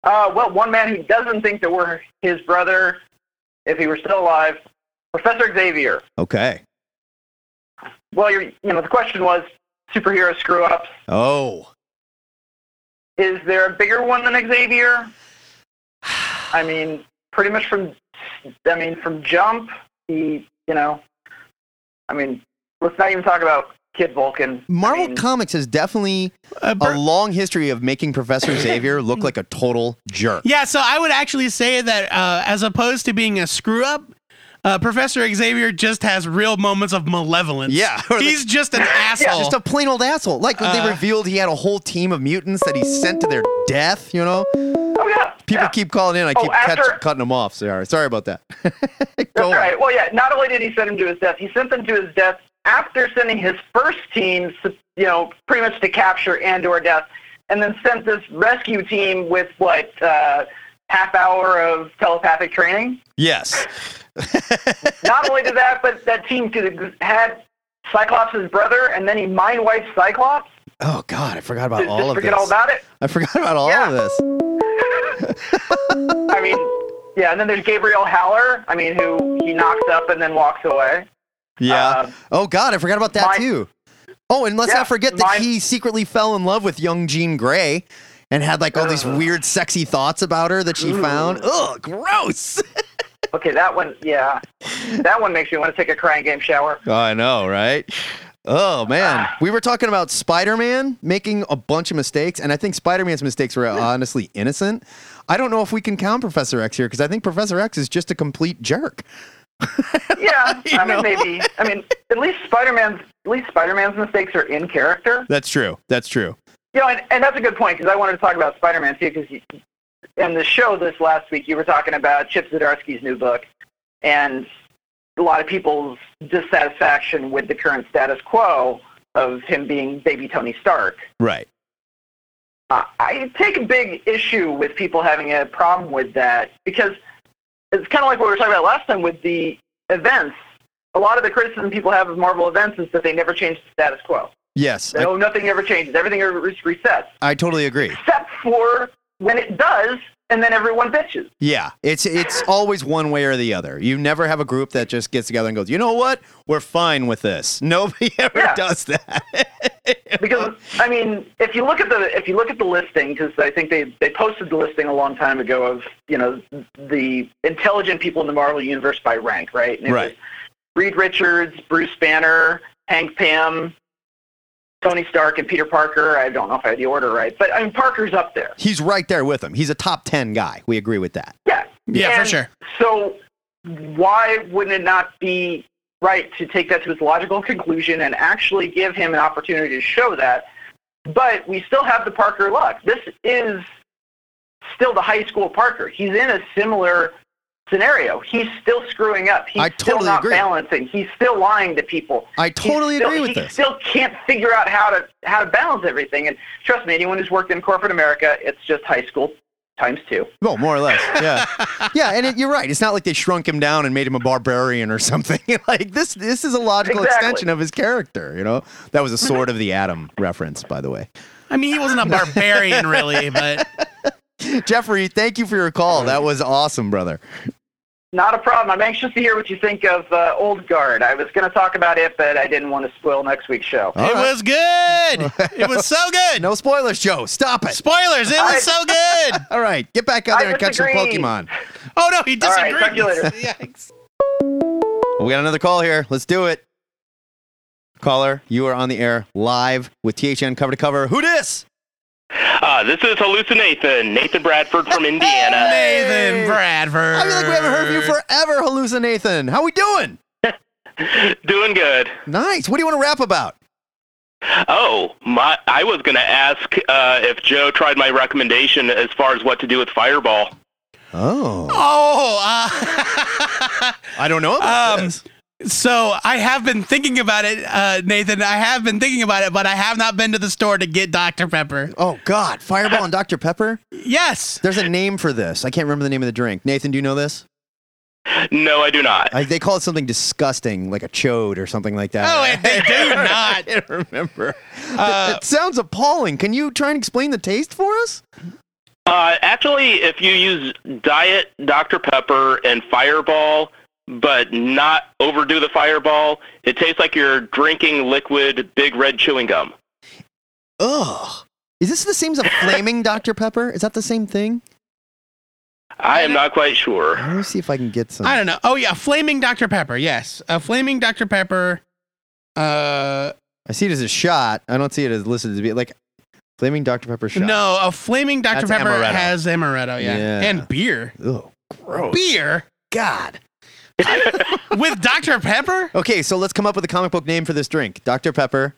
Uh, well, one man who doesn't think that we're his brother, if he were still alive, Professor Xavier.
Okay.
Well, you're, you know, the question was superhero screw ups.
Oh.
Is there a bigger one than Xavier? I mean, pretty much from, I mean, from jump, he, you know, I mean, let's not even talk about Kid Vulcan.
Marvel
I mean,
Comics has definitely
Uh,
a
Bur-
long history of making Professor Xavier look like a total jerk.
yeah, so I would actually say that uh, as opposed to being a screw up, uh, Professor Xavier just has real moments of malevolence.
Yeah. *laughs*
he's just an asshole.
Just a plain old asshole. Like when they
Uh.
revealed he had a whole team of mutants that he sent to their death, you know?
oh yeah,
People
yeah.
keep calling in. I
Oh,
keep catch-
after-
cutting them off. Sorry, sorry about that.
That's
Go on.
right. Well, yeah. Not only did he send him to his death, he sent them to his death after sending his first team, you know, pretty much to capture Andor death, and then sent this rescue team with what uh, half hour of
*laughs*
telepathic training. *laughs*
Yes.
not only did that, but that team could- had Cyclops' brother, and then he mind wiped Cyclops.
Oh, God. I forgot about
Just,
all
just
of
forget
this.
all about it.
I forgot about all
Yeah.
of this.
I mean, yeah. And then there's Gabriel Haller. I mean, who he knocks up and then walks away.
Yeah.
Uh,
oh, God. I forgot about that,
mine-
too. Oh, and let's
Yeah,
not forget that
mine-
he secretly fell in love with young Jean Grey and had like all these weird, sexy thoughts about her that she found. Ugh, gross. *laughs*
Okay, that one. Yeah, that one makes me want to take a crying game shower.
I know, right? Oh man, we were talking about Spider-Man making a bunch of mistakes, and I think Spider-Man's mistakes were honestly innocent. I don't know if we can count Professor X here because I think Professor X is just a complete jerk.
Yeah,
*laughs* You
I mean
know?
maybe. I mean, at least Spider-Man's at least Spider-Man's mistakes are in character.
That's true. That's true.
You know, and, and that's a good point because I wanted to talk about Spider-Man too. Because in the show this last week, you were talking about Chip Zdarsky's new book and a lot of people's dissatisfaction with the current status quo of him being baby Tony Stark.
Right.
Uh, I take a big issue with people having a problem with that because it's kind of like what we were talking about last time with the events. A lot of the criticism people have of Marvel events is that they never change the status quo.
Yes, I,
They, oh, nothing ever changes. Everything ever is resets,
I totally agree.
except for when it does, and then everyone bitches.
Yeah, it's it's always one way or the other. You never have a group that just gets together and goes, you know what? We're fine with this. *laughs* Nobody ever
Yeah.
does that.
Because I mean, if you look at the if you look at the listing, because I think they they posted the listing a long time ago of you know the intelligent people in the Marvel universe by rank, right? And it
Right.
was Reed Richards, Bruce Banner, Hank Pym, Tony Stark, and Peter Parker. I don't know if I had the order right, but I mean Parker's up there.
He's right there with him. He's a top ten guy. We agree with that.
Yeah.
yeah, for
And
sure.
So why wouldn't it not be right to take that to its logical conclusion and actually give him an opportunity to show that? But we still have the Parker luck. This is still the high school Parker. He's in a similar scenario. He's still screwing up. He's
I
still
totally
not
agree.
balancing. He's still lying to people.
I totally
He's still,
agree with
he
this.
still can't figure out how to how to balance everything. And trust me, anyone who's worked in corporate America, it's just high school
times two.
Well, more or less,
*laughs*
yeah, yeah. And it, you're right. It's not like they shrunk him down and made him a barbarian or *laughs* something. like this, this is a logical
Exactly.
extension of his character. You know, that was a sword of the
*laughs*
atom reference, by the way.
I mean, he wasn't a barbarian really, but
Jeffrey, thank you for your call. That was awesome, brother.
Not a problem. I'm anxious to hear what you think of uh, Old Guard. I was going to talk about it, but I didn't want to spoil next week's show.
All
it
right. *laughs*
was good. It was so good.
No spoilers, Joe. Stop it.
Spoilers. It was so good.
All right, get back out
I
there and catch some
disagree.
Pokemon.
Oh no, he
All right,
disagreed.
talk to you later.
*laughs*
Yikes.
We got another call here. Let's do it. Caller, you are on the air live with THN cover to cover. Who dis?
Uh, this is Hallucinathan, Nathan Bradford
*laughs*
from Indiana.
Nathan Bradford.
I feel like we haven't heard from you forever, Hallucinathan. How we doing?
*laughs* Doing good.
Nice. What do you want to rap about?
Oh, my, I was going to ask uh, if Joe tried my recommendation as far as what to do with Fireball.
Oh,
Oh. Uh,
I don't know. About
Um,
this.
So I have been thinking about it, uh, Nathan. I have been thinking about it, but I have not been to the store to get Dr. Pepper.
Oh God, Fireball and Dr Pepper.
Yes.
There's a name for this. I can't remember the name of the drink. Nathan, do you know this?
No, I do not.
I, they call it something disgusting, like a chode or something like that.
Oh, and they do
*laughs* I
not.
can't remember.
Uh,
it sounds appalling. Can you try and explain the taste for us?
Uh, actually, if you use Diet Dr. Pepper and Fireball, but not overdo the Fireball, it tastes like you're drinking liquid Big Red chewing gum.
Ugh. Is this the *laughs* same as a flaming Dr Pepper? Is that the same thing?
I am not quite sure.
Let me see if I can get some.
I don't know. Oh yeah, flaming Dr. Pepper. Yes, a flaming Dr. Pepper. Uh,
I see it as a shot. I don't see it as listed to be like flaming Dr Pepper shot.
no, a flaming Dr.
That's
Pepper
amaretto.
has amaretto. Yeah,
Yeah.
and beer.
Ugh. Gross.
Beer
God.
with Dr. Pepper
Okay, so let's come up with a comic book name for this drink. Dr Pepper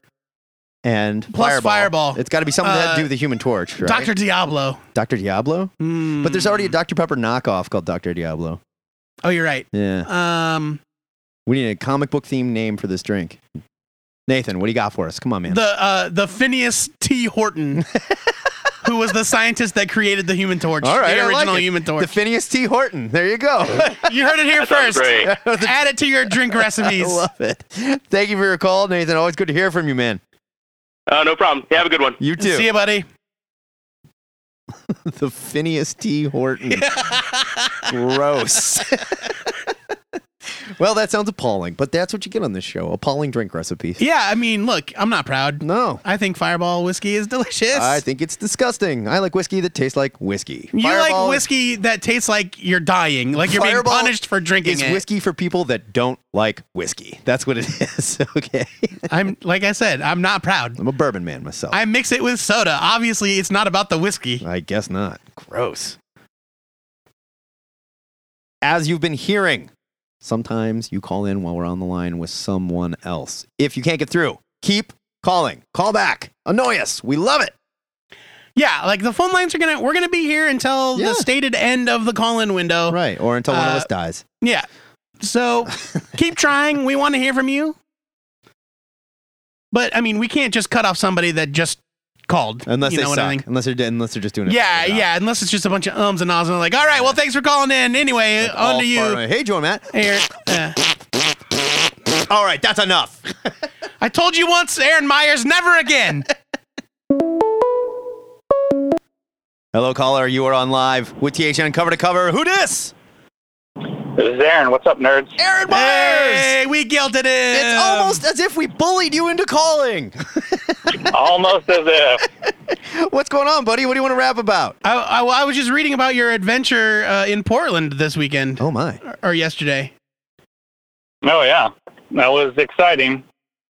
and
Plus
Fireball.
Fireball.
It's got to be something that had to do with the Human Torch, right?
Dr. Diablo.
Dr. Diablo? But there's
Hmm.
already a Dr. Pepper knockoff called Dr. Diablo.
Oh, you're right.
Yeah.
Um,
We need a comic book themed name for this drink. Nathan, what do you got for us? Come on, man.
the uh, the Phineas T.
*laughs*
Horton, who was the scientist that created the Human Torch,
All right,
the
I like
original
it.
Human Torch.
The Phineas T. Horton. There you go.
*laughs* You heard it here
Sounds
first.
*laughs*
great.
Add it to your drink
I
recipes.
love it. Thank you for your call, Nathan. Always good to hear from you, man.
Uh, no problem. Have a good one.
You too.
See you, buddy.
*laughs* the Phineas T.
*laughs*
Horton. Gross. well, that sounds appalling, but that's what you get on this show appalling drink recipes.
Yeah, I mean, look, I'm not proud.
No.
I think Fireball whiskey is delicious.
I think it's disgusting. I like whiskey that tastes like whiskey.
you
Fireball is-
like whiskey that tastes like you're dying, like you're
Fireball
being punished for drinking
It's
it.
whiskey for people that don't like whiskey. That's what it *laughs* is. okay.
I'm like I said, I'm not proud.
I'm a bourbon man myself.
I mix it with soda. Obviously, it's not about the whiskey.
I guess not. Gross. As you've been hearing, sometimes you call in while we're on the line with someone else. If you can't get through, keep calling. Call back. Annoy us. We love it.
Yeah, like the phone lines are gonna. We're gonna be here until
Yeah.
the stated end of the call-in window.
Right. Or until one of
Uh,
us dies.
Yeah.
*laughs*
So keep trying. We want to hear from you. But I mean, we can't just cut off somebody that just called.
Unless
you
they
know what
suck.
I mean?
Unless they're unless they're just doing it. for
Yeah,
the job.
yeah. Unless it's just a bunch of ums and ahs, and like, all right, well, thanks for calling in. Anyway,
That's
on
all
to you.
part of it. Hey, Joe and Matt.
Aaron, uh,
All right, that's enough. *laughs*
I told you once, Aaron Myers, never again.
Hello, caller. You are on live with THN cover to cover. Who dis?
This is Aaron. What's up, nerds?
Aaron Myers.
hey, we guilted it.
It's almost as if we bullied you into calling. *laughs*
Almost as if.
What's going on, buddy? What do you want to rap about?
I, I, I was just reading about your adventure uh, in Portland this weekend
Oh my.
or- or yesterday.
Oh yeah, that was exciting.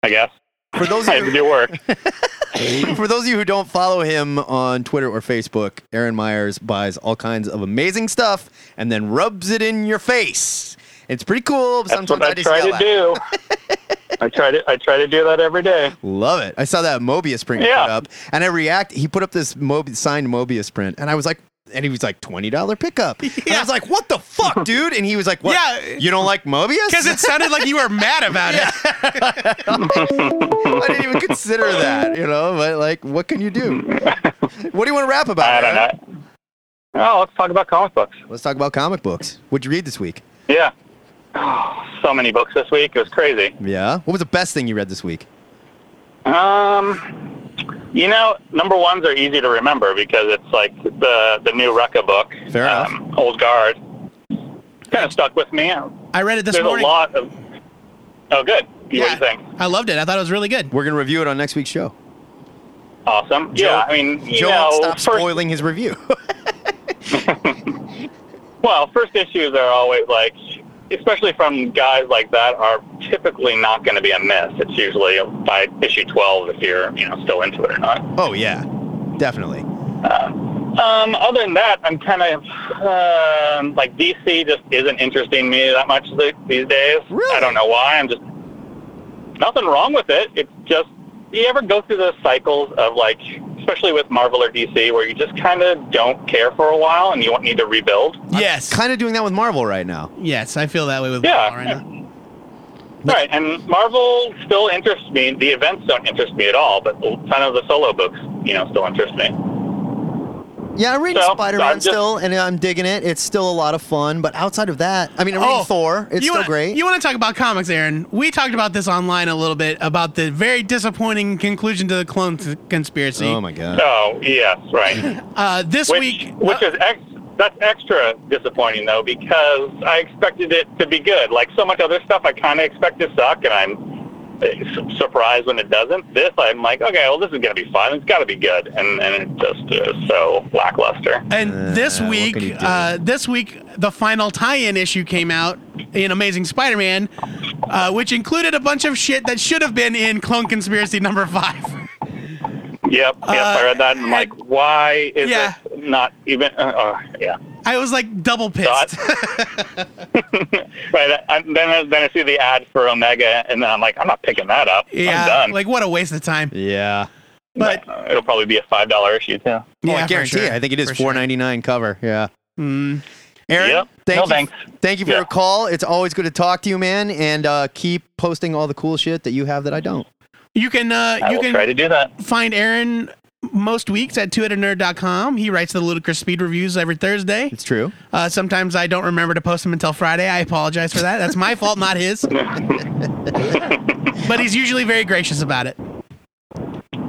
I guess
For those
I
of
had to
you,
do
*laughs*
work.
for those of you who don't follow him on Twitter or Facebook, Aaron Myers buys all kinds of amazing stuff and then rubs it in your face. It's pretty cool. But
That's
sometimes
what I
just
try
yell
to
at it.
do. I try to I try to do that every day.
Love it. I saw that Mobius print he
Yeah.
put up, and I react. He put up this Mobi- signed Mobius print, and I was like, and he was like twenty dollar pickup, and I
Yeah.
was like, what the fuck, dude? And he was like, what?
Yeah.
You don't like Mobius?
Because it
*laughs*
sounded like you were mad about it.
I didn't even consider that, you know. But like, what can you do? What do you want to rap about?
I
Aaron?
don't know.
Oh, let's talk about comic books.
Let's talk about comic books. What'd you read this week?
Yeah. Oh, so many books this week. It was crazy.
Yeah. What was the best thing you read this week?
Um, you know, number ones are easy to remember because it's like the the new Rucka book,
Fair enough.
um, Old Guard. Kind of stuck with me.
I read it this
There's
morning.
a lot of. Oh, good. What do you think?
I loved it. I thought it was really good.
We're gonna review it on next week's show.
Awesome.
Joe-
yeah, I mean, you
Joe
know,
won't stop
first
spoiling his review. *laughs*
Well, first issues are always like, especially from guys like that, are typically not going to be a miss. It's usually by issue twelve if you're you know still into it or not.
oh yeah, definitely.
Um, other than that, I'm kind of um, like DC just isn't interesting me that much th- these days.
Really?
I don't know why. I'm just nothing wrong with it. It's just you ever go through those cycles of like, especially with Marvel or DC, where you just kind of don't care for a while and you want- need to rebuild.
Yes.
Kind of doing that with Marvel right now.
yes, I feel that way with
Yeah.
Marvel right now.
Right, and Marvel still interests me. The events don't interest me at all, but kind of the solo books, you know, still interest me.
Yeah, I'm reading
So,
Spider-Man
I'm just-
still, and I'm digging it. It's still a lot of fun. But outside of that, I mean, I'm reading Thor. It's
Oh, you
still
wanna,
great.
You want to talk about comics, Aaron? We talked about this online a little bit about the very disappointing conclusion to the clone th- conspiracy.
oh my god.
Oh, yes, right.
*laughs* Uh, this
which,
week,
which is ex- that's extra disappointing though because I expected it to be good. Like so much other stuff, I kind of expect to suck, and I'm uh, su- surprised when it doesn't. This, I'm like, okay, well, this is going to be fun. It's got to be good, and and it just is so lackluster.
And this
Uh, what
week,
can you do?
uh, this week, the final tie-in issue came out in Amazing Spider-Man, uh, which included a bunch of shit that should have been in Clone Conspiracy number five.
Yep, yep, I read that, and I'm like, why is
Uh, Yeah.
it not even? Uh, uh, yeah.
I was like double pissed.
Dot.
*laughs*
Right. I, then, I, then I see the ad for Omega, and then I'm like, I'm not picking that up. I'm
yeah,
done.
like what a waste of time.
Yeah.
But
Uh, it'll probably be a five dollar issue too.
Oh,
yeah,
I
for
guarantee
sure,
it. I think it is
for sure.
$4.99 cover. Yeah.
Mm.
Aaron,
Yep.
thank
No
you.
thanks.
Thank you for
Yeah.
your call. It's always good to talk to you, man. And uh, keep posting all the cool shit that you have that I don't.
You can uh,
I
you
will
can
try to do that.
find Aaron most weeks at twoheadednerd.com. He writes the Ludicrous Speed reviews every Thursday.
It's true.
Uh, sometimes I don't remember to post them until Friday. I apologize for that. That's my fault, not
*laughs*
his. but he's usually very gracious about it.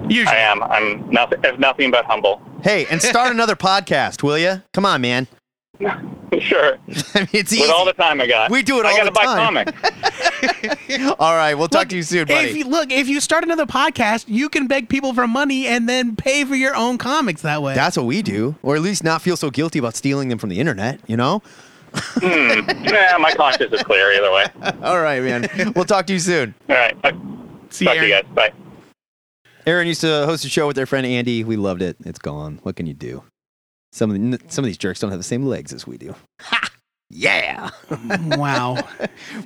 Usually.
I am. I'm nothing. If nothing but humble.
Hey, and start another *laughs* podcast, will you? Come on, man.
*laughs* sure.
*laughs* I mean, it's easy.
With all the time I got.
We do it all
I gotta
the
buy
time.
comics.
*laughs* all right. We'll talk
Look,
to you soon,
If
buddy.
you, look, if you start another podcast, you can beg people for money and then pay for your own comics that way.
That's what we do. Or at least not feel so guilty about stealing them from the internet, you
*laughs*
know? *laughs*
Hmm. yeah, my conscience is clear either way. All
All right, man. we'll talk to you soon.
right. Talk
See,
to
Aaron.
you guys. Bye.
Aaron used to host a show with their friend Andy. We loved it. It's gone. What can you do? Some of, the, some of these jerks don't have the same legs as we do. Ha! Yeah.
Wow.
*laughs*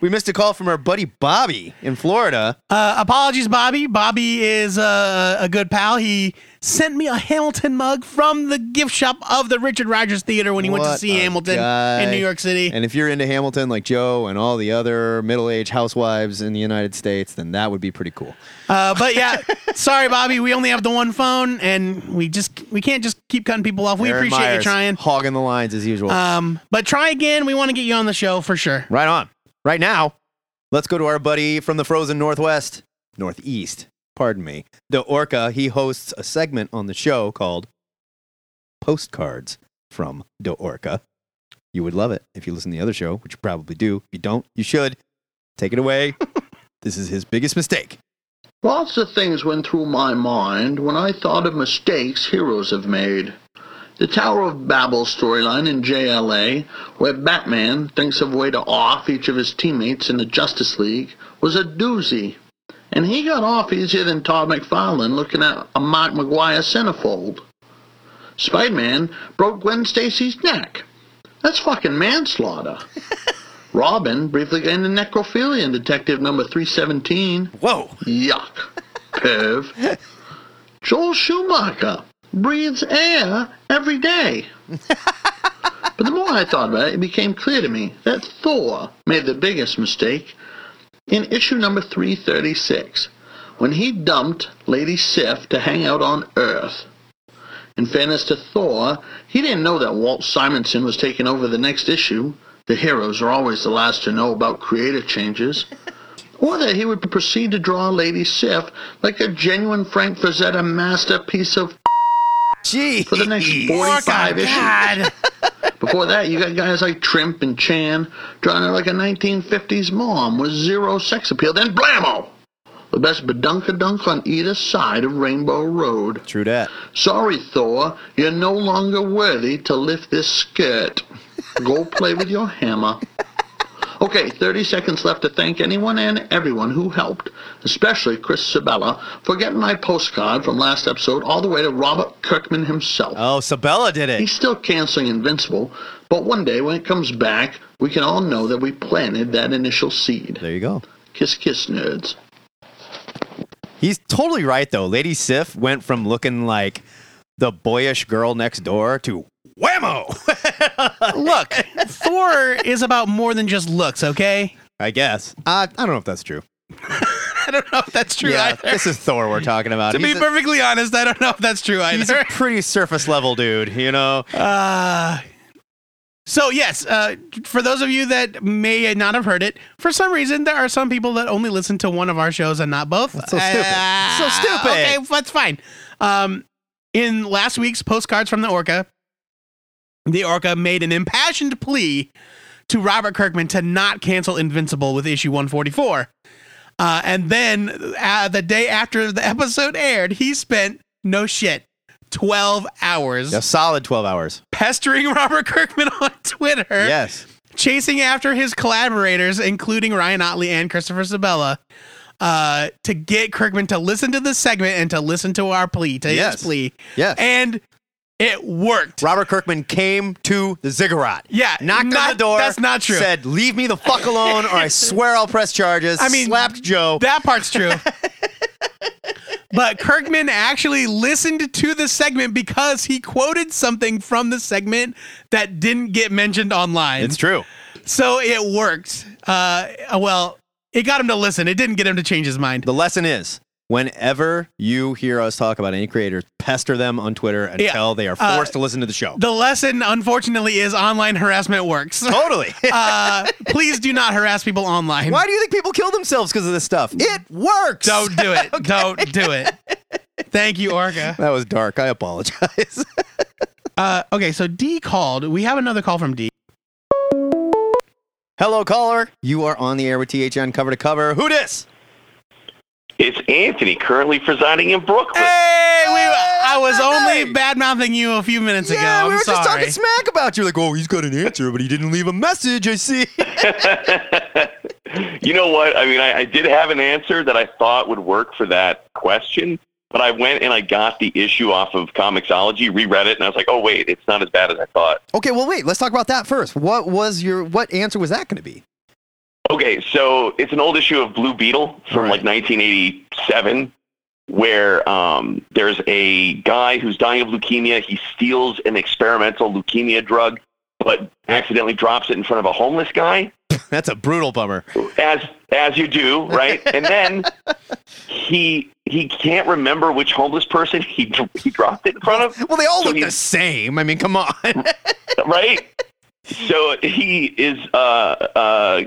We missed a call from our buddy Bobby in Florida.
Uh, apologies, Bobby. Bobby is uh, a good pal. He sent me a Hamilton mug from the gift shop of the Richard Rogers Theater when he went to
What
see
a
Hamilton
guy.
in New York City.
And if you're into Hamilton like Joe and all the other middle aged housewives in the United States, then that would be pretty cool.
Uh, but
*laughs*
yeah, sorry, Bobby. We only have the one phone, and we just we can't just keep cutting people off. We
Aaron
appreciate you
Myers,
trying.
Hogging the lines as usual.
Um, but try again. We want to get you on the show for sure.
right on. Right now, let's go to our buddy from the frozen Northwest, Northeast, pardon me, the Orca. He hosts a segment on the show called Postcards from the Orca. You would love it if you listen to the other show, which you probably do. If you don't, you should. Take it away. this is his biggest mistake.
Lots of things went through my mind when I thought of mistakes heroes have made. The Tower of Babel storyline in JLA, where Batman thinks of a way to off each of his teammates in the Justice League, was a doozy. And he got off easier than Todd McFarlane looking at a Mark McGuire centerfold. Spider-Man broke Gwen Stacy's neck. That's fucking manslaughter. Robin briefly got into necrophilia in Detective number 317.
Whoa.
Yuck. Perv. Joel Schumacher breathes air every day. but the more I thought about it, it became clear to me that Thor made the biggest mistake in issue number 336 when he dumped Lady Sif to hang out on Earth. In fairness to Thor, he didn't know that Walt Simonson was taking over the next issue. The heroes are always the last to know about creative
*laughs*
changes. Or that he would proceed to draw Lady Sif like a genuine Frank Frazetta masterpiece of
Jeez.
for the next 45
Oh,
issues. *laughs*
God.
Before that, you got guys like Trimp and Chan drawing her like a 1950s mom with zero sex appeal. Then blammo! The best bedunkadunk on either side of Rainbow Road.
True that.
Sorry, Thor, you're no longer worthy to lift this skirt. Go play with your hammer. Okay, 30 seconds left to thank anyone and everyone who helped, especially Chris Sabella, for getting my postcard from last episode all the way to Robert Kirkman himself.
Oh, Sabella did it.
He's still canceling Invincible, but one day when it comes back, we can all know that we planted that initial seed.
There you go.
Kiss, kiss, nerds.
He's totally right though. Lady Sif went from looking like the boyish girl next door to *laughs* whammo.
Look, Thor is about more than just looks, okay?
I guess. Uh, I don't know if that's true.
I don't know if that's true
yeah,
either.
this is Thor we're talking about.
to be
He's a-
perfectly honest, I don't know if that's true
He's a
either.
pretty surface level dude, you know.
Uh, so, yes, uh, for those of you that may not have heard it, for some reason, there are some people that only listen to one of our shows and not both. Uh,
so stupid. So stupid.
Okay, that's fine. Um, in last week's Postcards from the Orca, the Orca made an impassioned plea to Robert Kirkman to not cancel Invincible with issue 144. Uh, and then uh, the day after the episode aired, he spent no shit 12 hours
A solid 12 hours.
pestering *laughs* Robert Kirkman on Twitter,
Yes.
chasing after his collaborators, including Ryan Otley and Christopher Sabella, uh, to get Kirkman to listen to this segment and to listen to our plea, to
Yes.
his plea.
Yes.
And it worked.
Robert Kirkman came to the ziggurat.
Yeah,
Knocked on
not-
the door.
that's not true.
Said, "Leave me the fuck alone,
*laughs*
or I swear I'll press charges."
I mean,
slapped Joe.
That part's
*laughs*
true. but Kirkman actually listened to the segment because he quoted something from the segment that didn't get mentioned online.
it's true.
So it worked. Uh, well, it got him to listen. It didn't get him to change his mind.
The lesson is whenever you hear us talk about any creator, pester them on Twitter
Yeah.
until they are
Uh,
forced to listen to the show.
The lesson, unfortunately, is online harassment works. *laughs*
totally.
Uh, please do not harass people online.
Why do you think people kill themselves because of this stuff? It works.
Don't
*laughs*
do it. Don't do it. Thank you, Orca.
That was dark. I apologize. *laughs*
Uh, okay, so D called. We have another call from D.
Hello, caller. You are on the air with THN cover to cover. Who dis?
It's Anthony, currently presiding in Brooklyn.
Hey, we, I was
Hey!
only bad mouthing you a few minutes
yeah,
ago. I'm
we were
sorry.
just talking smack about you. Like, oh, he's got an answer, but he didn't leave a message. I
*laughs*
see.
*laughs*
*laughs*
you know what? I mean, I, I did have an answer that I thought would work for that question, but I went and I got the issue off of Comixology, reread it, and I was like, oh, wait, it's not as bad as I thought.
okay, well, wait. Let's talk about that first. What was your? What answer was that going to be?
Okay, so it's an old issue of Blue Beetle from like 1987, where um, there's a guy who's dying of leukemia. He steals an experimental leukemia drug, but accidentally drops it in front of a homeless guy.
That's a brutal bummer.
as as you do, right? And
*laughs*
then he he can't remember which homeless person he dr- he dropped it in front of,
Well, they all
So
look
he-
the same. I mean, come on. *laughs*
right? So he is uh, uh,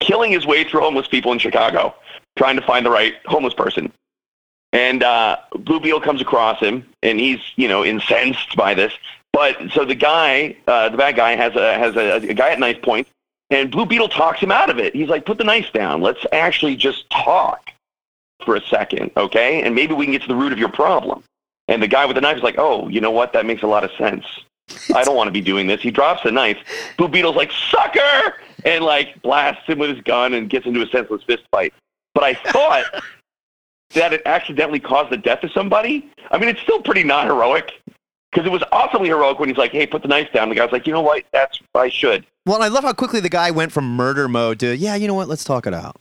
killing his way through homeless people in Chicago, trying to find the right homeless person. And uh, Blue Beetle comes across him, and he's you know incensed by this. But so the guy, uh, the bad guy, has a has a, a guy at knife point, and Blue Beetle talks him out of it. He's like, "Put the knife down. Let's actually just talk for a second, okay? And maybe we can get to the root of your problem." And the guy with the knife is like, "Oh, you know what? That makes a lot of sense. I don't want to be doing this." He drops the knife. Blue Beetle's like, "Sucker!" and like blasts him with his gun and gets into a senseless fist fight. But I thought that it accidentally caused the death of somebody. I mean, it's still pretty not heroic because it was awesomely heroic when he's like, "Hey, put the knife down." The guy's like, "You know what? That's I should."
Well, and I love how quickly the guy went from murder mode to yeah. You know what? Let's talk it out.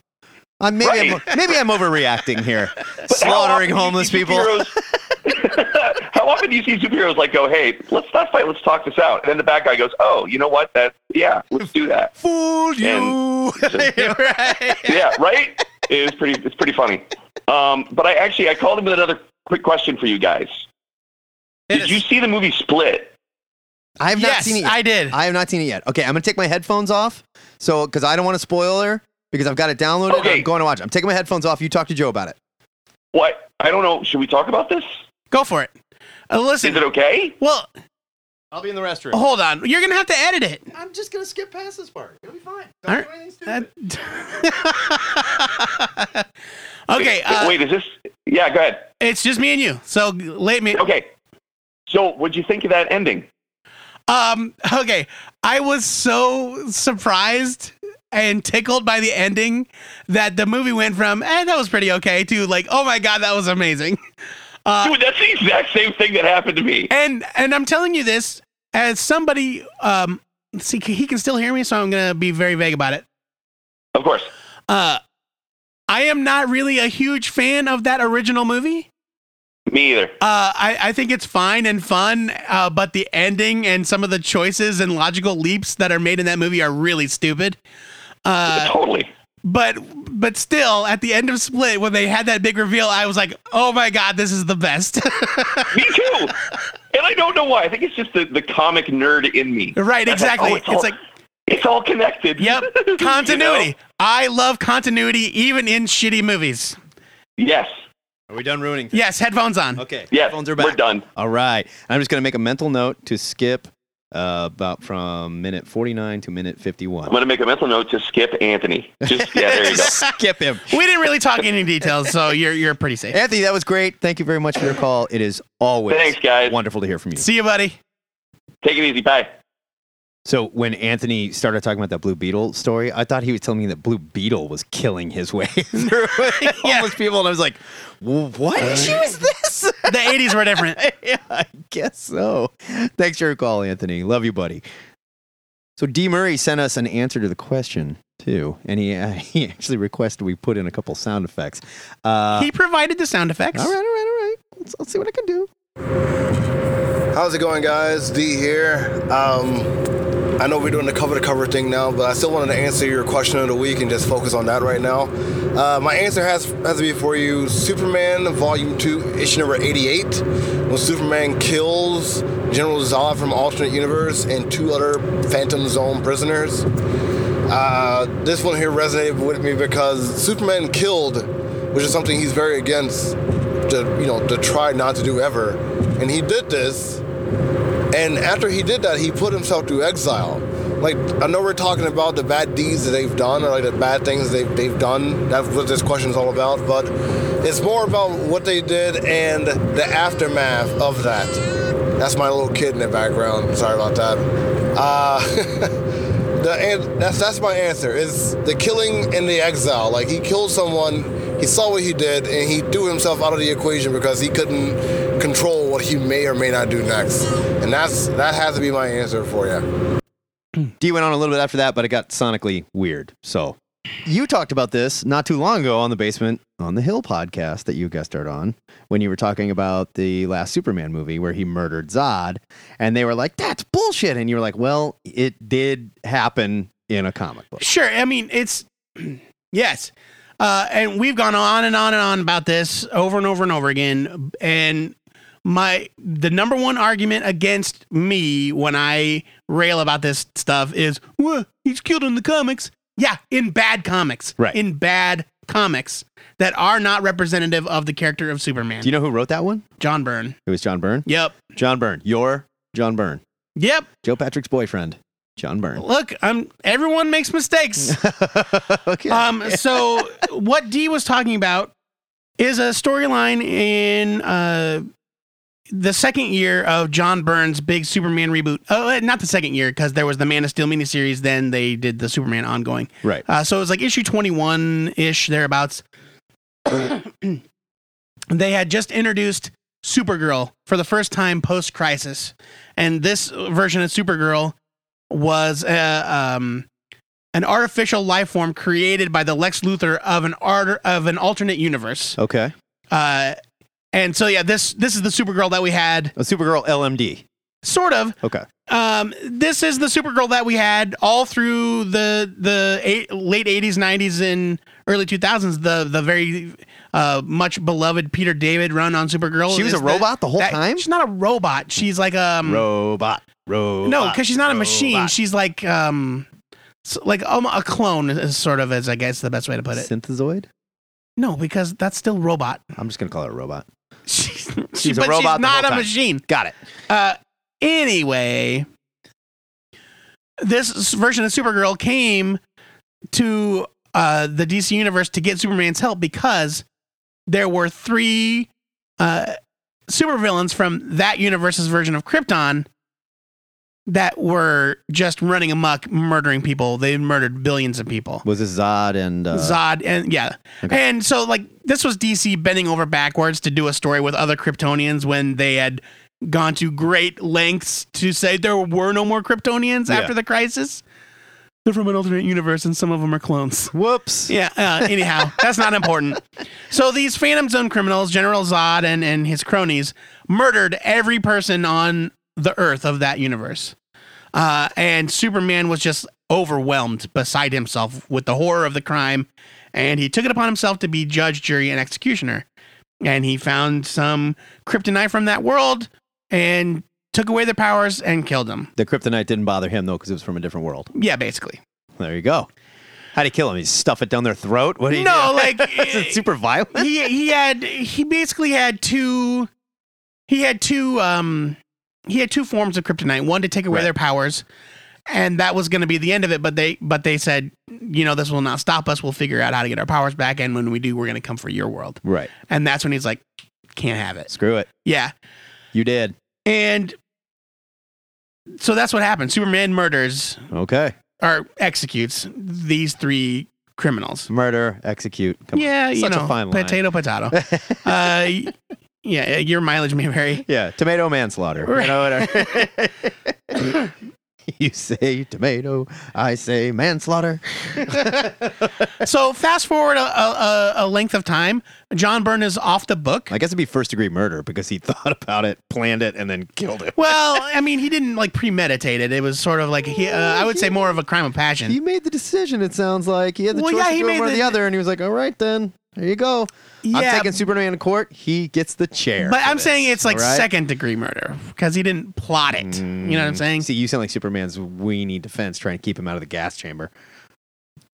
Uh, maybe I'm,
Right.
maybe I'm overreacting here,
*laughs* But how
slaughtering
often do you
homeless
see *laughs*
people.
superheroes- how often do you see superheroes like go, "Hey, let's not fight. Let's talk this out." And then the bad guy goes, "Oh, you know what? That yeah, let's do that."
Fooled you.
And-
*laughs*
Right.
yeah, right. It is pretty. It's pretty funny. Um, but I actually I called him with another quick question for you guys. Did you see the movie Split?
I have not
Yes,
seen it. Yet.
I
did.
I have not seen it yet. Okay, I'm gonna take my headphones off, so because I don't want to spoil her because I've got it downloaded. Okay. I'm going to watch. it. I'm taking my headphones off. You talk to Joe about it.
What? I don't know. Should we talk about this?
Go for it. Uh, listen.
Is it okay?
Well,
I'll be in the restroom.
hold on. You're gonna have to edit it.
I'm just gonna skip past this part. It'll be fine.
All right. Uh, *laughs* okay. Uh,
Wait, is this? Yeah, go ahead.
It's just me and you. So let me.
Okay. So what'd you think of that ending?
Um, okay. I was so surprised and tickled by the ending that the movie went from, eh, that was pretty okay, to like, oh my God, that was amazing. Uh,
Dude, that's the exact same thing that happened to me.
And and I'm telling you this as somebody, um, let's see, he can still hear me, so I'm gonna be very vague about it.
Of course.
Uh, I am not really a huge fan of that original movie.
Me either.
Uh, I, I think it's fine and fun, uh, but the ending and some of the choices and logical leaps that are made in that movie are really stupid. Uh,
totally.
But but still, at the end of Split, when they had that big reveal, I was like, "Oh my god, this is the best!" *laughs*
Me too. And I don't know why. I think it's just the, the comic nerd in me.
right?
That's like, *laughs*
Exactly.
oh,
it's
all-
like
it's all connected. *laughs*
Yep. Continuity. I love continuity, even in shitty movies.
Yes.
Are we done ruining?
Yes. Headphones on. *laughs*
Okay.
Yeah,
Headphones are back.
we're done.
All right. I'm just gonna make a mental note to skip uh, about from minute 49 to minute 51.
I'm gonna make a mental note to skip Anthony. Just yeah, there you
*laughs*
go.
skip him.
We didn't really talk any details, so you're you're pretty safe.
Anthony, that was great. Thank you very much for your call. It is always
Thanks, guys.
wonderful to hear from you.
See you, buddy.
Take it easy. Bye.
So when Anthony started talking about that Blue Beetle story, I thought he was telling me that Blue Beetle was killing his way *laughs* through homeless people, and I was like, "Wh- *laughs* "What Uh. issue is this?"
The '80s
*laughs*
were different.
yeah, I guess so. Thanks for your call, Anthony. Love you, buddy. So D Murray sent us an answer to the question too, and he *laughs* uh, he actually requested we put in a couple sound effects. Uh,
he provided the sound effects.
all right, all right, all right. Let's, let's see what I can do.
How's it going, guys? D here. Um, I know we're doing the cover to cover thing now, but I still wanted to answer your question of the week and just focus on that right now. Uh, my answer has has to be for you Superman Volume 2, issue number 88, when Superman kills General Zod from Alternate Universe and two other Phantom Zone prisoners. Uh, this one here resonated with me because Superman killed, which is something he's very against to you know to try not to do ever, and he did this. And after he did that, he put himself through exile. Like I know we're talking about the bad deeds that they've done, or like the bad things they've they've done. That's what this question's all about. But it's more about what they did and the aftermath of that. That's my little kid in the background. Sorry about that. Uh, *laughs* The an- that's that's my answer. Is the killing and the exile. Like he killed someone, he saw what he did, and he threw himself out of the equation because he couldn't control what he may or may not do next. And that's that has to be my answer for you.
D went on a little bit after that, but it got sonically weird. So you talked about this not too long ago on the Basement on the Hill podcast that you guest starred on when you were talking about the last Superman movie where he murdered Zod, and they were like, "That's bullshit," and you were like, "Well, it did happen in a comic book."
Sure. I mean, it's *clears throat* yes. Uh, and we've gone on and on and on about this over and over and over again. And my the number one argument against me when I rail about this stuff is, well, he's killed in the comics. Yeah, in bad comics.
Right.
In bad comics that are not representative of the character of Superman.
Do you know who wrote that one?
John Byrne.
It was John Byrne.
Yep.
John Byrne. Your John Byrne.
Yep.
Joe Patrick's boyfriend, John Byrne.
Look, I'm everyone makes mistakes. Um so what D was talking about is a storyline in uh the second year of John Byrne's big Superman reboot. Oh, eh, not the second year because there was the Man of Steel miniseries. Then they did the Superman ongoing.
*laughs* Right.
Uh, so it was like issue twenty-one ish thereabouts. *clears throat* they had just introduced Supergirl for the first time post Crisis, and this version of Supergirl was uh, um, an artificial life form created by the Lex Luthor of an art- of an alternate universe.
Okay.
Uh, and so yeah, this this is the Supergirl that we had.
A Supergirl LMD.
Sort of.
Okay.
Um, this is the Supergirl that we had all through the the eight, late eighties, nineties, and early two thousands. The the very uh, much beloved Peter David run on Supergirl.
She was a
is
robot the whole
time. She's not a robot. She's like um
robot. Robot.
no, because she's not a machine.
robot.
She's like um s- like um, a clone is- is sort of is I guess the best way to put it.
Synthesoid?
No, because that's still robot. *laughs*
I'm just gonna call her a robot.
She's,
she's
but
a robot.
She's
the
not
whole
a
time.
machine.
Got it.
Uh, anyway, this s- version of Supergirl came to uh, the DC universe to get Superman's help because there were three uh, supervillains from that universe's version of Krypton that were just running amok, murdering people. They murdered billions of people.
Was it Zod and uh,
Zod and yeah. And so like this was DC bending over backwards to do a story with other Kryptonians when they had gone to great lengths to say there were no more Kryptonians
Yeah.
after the crisis. They're from an alternate universe and some of them are clones.
Whoops.
Yeah, uh,
*laughs*
anyhow, that's not important. So these Phantom Zone criminals, General Zod and and his cronies murdered every person on the earth of that universe. Uh, and Superman was just overwhelmed beside himself with the horror of the crime. And he took it upon himself to be judge, jury, and executioner. And he found some kryptonite from that world and took away their powers and killed them.
The kryptonite didn't bother him though because it was from a different world.
Yeah, basically.
There you go. How'd he kill him? He stuff it down their throat? What do *laughs* you
No,
do?
like-
Is it super violent?
he he had he basically had two he had two um he had two forms of kryptonite one to take away their powers and that was going to be the end of it but they but they said you know this will not stop us we'll figure out how to get our powers back and when we do we're going to come for your world
Right.
and that's when he's like can't have it
Screw it.
yeah
You did.
and so that's what happened superman murders
Okay.
or executes these three criminals
Murder, execute. Come on.
yeah, you
Such
know,
a fine line. *laughs*
potato, potato. uh, y- yeah, your mileage may vary.
Yeah, tomato manslaughter. You, know, whatever. *laughs* you say tomato, I say manslaughter.
*laughs* so fast forward a, a, a- a length of time. John Byrne is off the book.
I guess it'd be first degree murder because he *laughs* thought about it, planned it, and then killed it.
Well, I mean, he didn't like premeditate it. It was sort of like he, uh, I would say, more of a crime of passion.
He made the decision, it sounds like. He had the
Well,
choice
yeah,
to
he
do
made
one or
the-
the other, and he was like, all right, then. There you go. I'm
Yeah.
taking Superman to court. He gets the chair.
But
for
I'm
this,
saying it's like
all right?
second degree murder because he didn't plot it. You know what I'm
Mm.
saying?
See, you sound like Superman's weenie defense trying to keep him out of the gas chamber.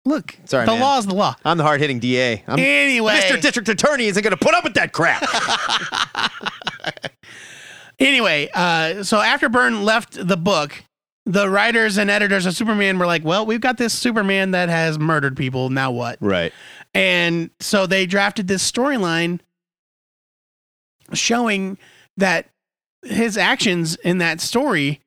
Look,
Sorry,
the
man.
law is the law.
I'm the hard hitting DA. I'm
Anyway.
Mr. District Attorney isn't going to put up with that crap.
Anyway, uh, so after Byrne left the book, the writers and editors of Superman were like, well, we've got this Superman that has murdered people. Now what?
right.
And so they drafted this storyline showing that his actions in that story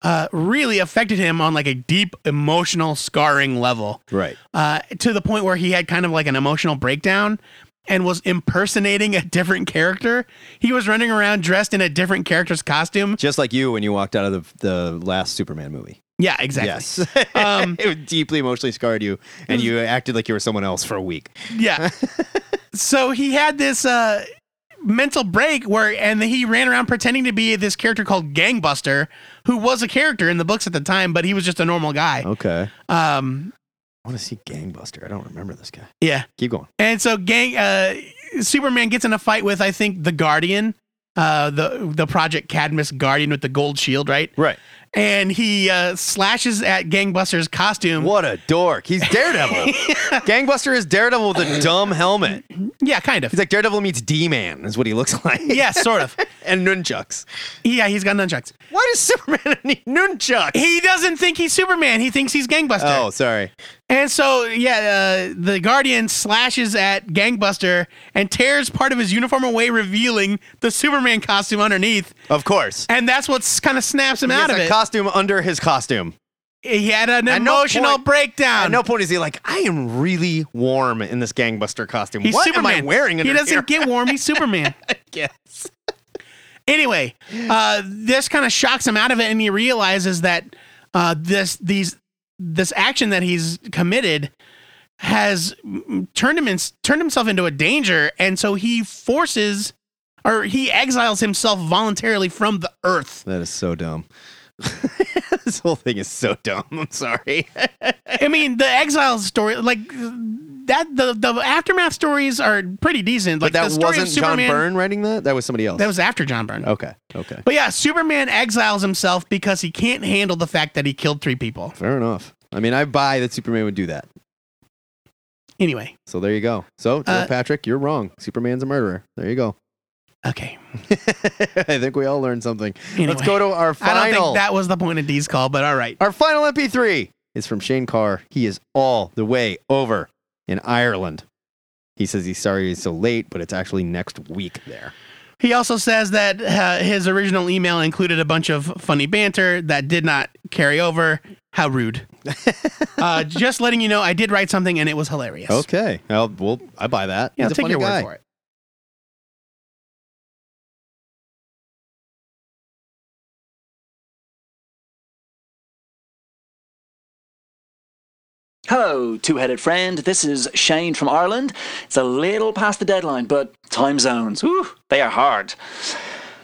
uh, really affected him on like a deep emotional scarring level
Right.
uh, to the point where he had kind of like an emotional breakdown and was impersonating a different character. He was running around dressed in a different character's costume.
Just like you when you walked out of the, the last Superman movie.
Yeah, exactly.
Yes.
*laughs* Um,
*laughs* it deeply emotionally scarred you, and you acted like you were someone else for a week. *laughs*
Yeah. so he had this uh, mental break where, and he ran around pretending to be this character called Gangbuster, who was a character in the books at the time, but he was just a normal guy.
Okay.
Um,
I want to see Gangbuster. I don't remember this guy.
yeah.
Keep going.
And so gang uh Superman gets in a fight with I think the Guardian, uh the the Project Cadmus Guardian with the gold shield, right?
Right.
And he uh slashes at Gangbuster's costume.
What a dork. He's
*laughs*
Daredevil. Gangbuster is Daredevil with a dumb helmet.
Yeah, kind of.
He's like Daredevil meets D Man, is what he looks *laughs* like.
Yeah, sort of.
and nunchucks.
Yeah, he's got nunchucks.
Why does Superman *laughs* need nunchucks?
He doesn't think he's Superman. He thinks he's Gangbuster.
Oh, sorry.
And so, yeah, uh, the Guardian slashes at Gangbuster and tears part of his uniform away, revealing the Superman costume underneath.
Of course.
And that's what's kind of snaps him
He
out
has
of
a
it.
costume under his costume.
he had an
At no
emotional
point-
breakdown.
At no point is he like, I am really warm in this gangbuster costume.
He's
what
Superman.
am I wearing? Under
he doesn't
here?
get warm. He's Superman.
*laughs* yes.
Anyway, uh, this kind of shocks him out of it, and he realizes that uh, this these this action that he's committed has mm, turned him in, turned himself into a danger, and so he forces or he exiles himself voluntarily from the
*laughs*
Earth.
That is so dumb. this whole thing is so dumb. I'm sorry.
I mean, the exile story, like that the the aftermath stories are pretty decent. Like
but that
the story
wasn't
of
John
Superman,
Byrne writing that. That was somebody else.
That was after John Byrne.
Okay. Okay.
But yeah, Superman exiles himself because he can't handle the fact that he killed three people.
Fair enough. I mean, I buy that Superman would do that.
Anyway,
So there you go. So Neil
Uh,
Patrick, you're wrong. Superman's a murderer. There you go.
Okay.
*laughs* I think we all learned something.
Anyway.
Let's go to our final.
I don't think that was the point of D's call, but all right.
Our final MP3 is from Shane Carr. He is all the way over in Ireland. He says he's sorry he's so late, but it's actually next week there.
He also says that uh, his original email included a bunch of funny banter that did not carry over.
*laughs*
How rude. uh, just letting you know, I did write something and it was hilarious.
Okay. Well, well, I buy that.
Yeah,
he's a
take
funny
your word
guy.
for it.
Hello, two headed friend. This is Shane from Ireland. It's a little past the deadline, but time zones, whew, they are hard.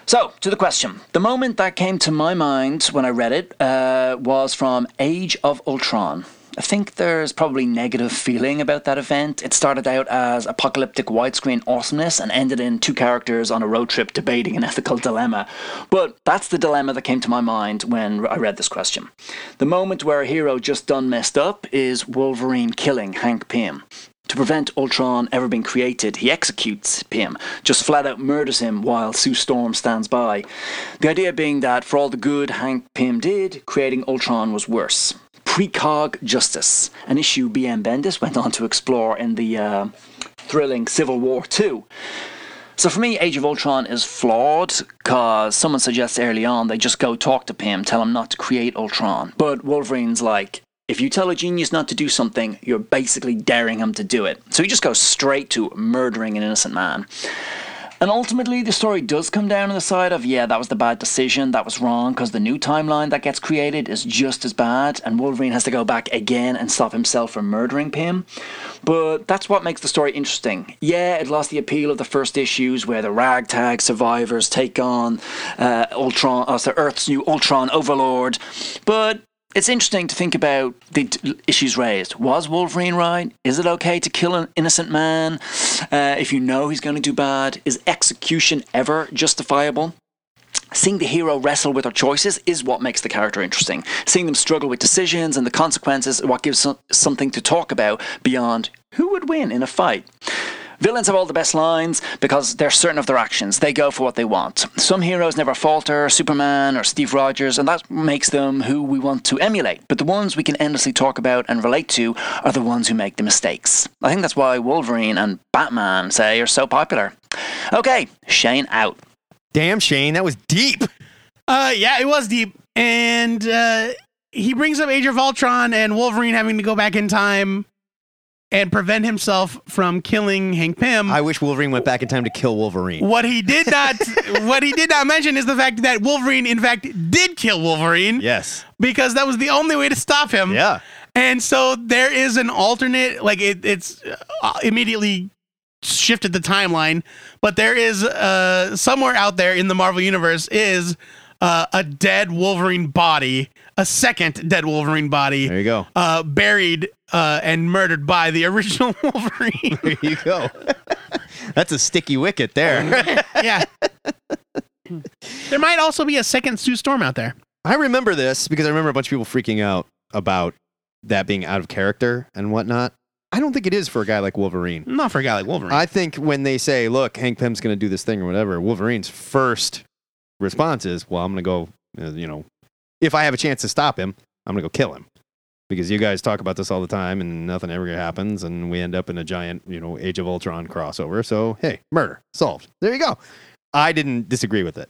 So, to the question. The moment that came to my mind when I read it uh, was from Age of Ultron. I think there's probably negative feeling about that event. It started out as apocalyptic widescreen awesomeness and ended in two characters on a road trip debating an ethical dilemma. But that's the dilemma that came to my mind when I read this question. The moment where a hero just done messed up is Wolverine killing Hank Pym. To prevent Ultron ever being created, he executes Pym, just flat out murders him while Sue Storm stands by. The idea being that for all the good Hank Pym did, creating Ultron was worse. Precog justice, an issue B.M. Bendis went on to explore in the uh, thrilling Civil War 2. So for me, Age of Ultron is flawed because someone suggests early on they just go talk to Pym, tell him not to create Ultron. But Wolverine's like, if you tell a genius not to do something, you're basically daring him to do it. So he just goes straight to murdering an innocent man. And ultimately, the story does come down on the side of, yeah, that was the bad decision, that was wrong, because the new timeline that gets created is just as bad, and Wolverine has to go back again and stop himself from murdering Pym. But that's what makes the story interesting. Yeah, it lost the appeal of the first issues, where the ragtag survivors take on uh, Ultron, uh, so Earth's new Ultron overlord, but it's interesting to think about the t- issues raised. Was Wolverine right? Is it okay to kill an innocent man uh, if you know he's going to do bad? Is execution ever justifiable? Seeing the hero wrestle with their choices is what makes the character interesting. Seeing them struggle with decisions and the consequences is what gives so- something to talk about beyond who would win in a fight. Villains have all the best lines because they're certain of their actions. They go for what they want. Some heroes never falter, Superman or Steve Rogers, and that makes them who we want to emulate. But the ones we can endlessly talk about and relate to are the ones who make the mistakes. I think that's why Wolverine and Batman, say, are so popular. Okay, Shane out.
Damn, Shane, that was deep.
Uh, yeah, it was deep. And uh, he brings up Age of Ultron and Wolverine having to go back in time and prevent himself from killing Hank Pym.
I wish Wolverine went back in time to kill
*laughs*
Wolverine. *laughs*
What he did not what he did not mention is the fact that Wolverine in fact did kill Wolverine.
Yes.
Because that was the only way to stop him.
Yeah.
And so there is an alternate like it, it's uh, immediately shifted the timeline, but there is uh somewhere out there in the Marvel universe is uh, a dead Wolverine body, a second dead Wolverine body. There
you go.
Uh, buried uh, and murdered by the original *laughs* Wolverine.
There you go. *laughs* That's a sticky wicket
*laughs*
there.
yeah. There might also be a second Sue Storm out there.
I remember this because I remember a bunch of people freaking out about that being out of character and whatnot. I don't think it is for a guy like Wolverine.
Not for a guy like Wolverine.
I think when they say, look, Hank Pym's going to do this thing or whatever, Wolverine's first response is, well, I'm going to go, uh, you know, if I have a chance to stop him, I'm going to go kill him. Because you guys talk about this all the time and nothing ever happens and we end up in a giant, you know, Age of Ultron crossover. So, hey, murder solved. There you go. I didn't disagree with it.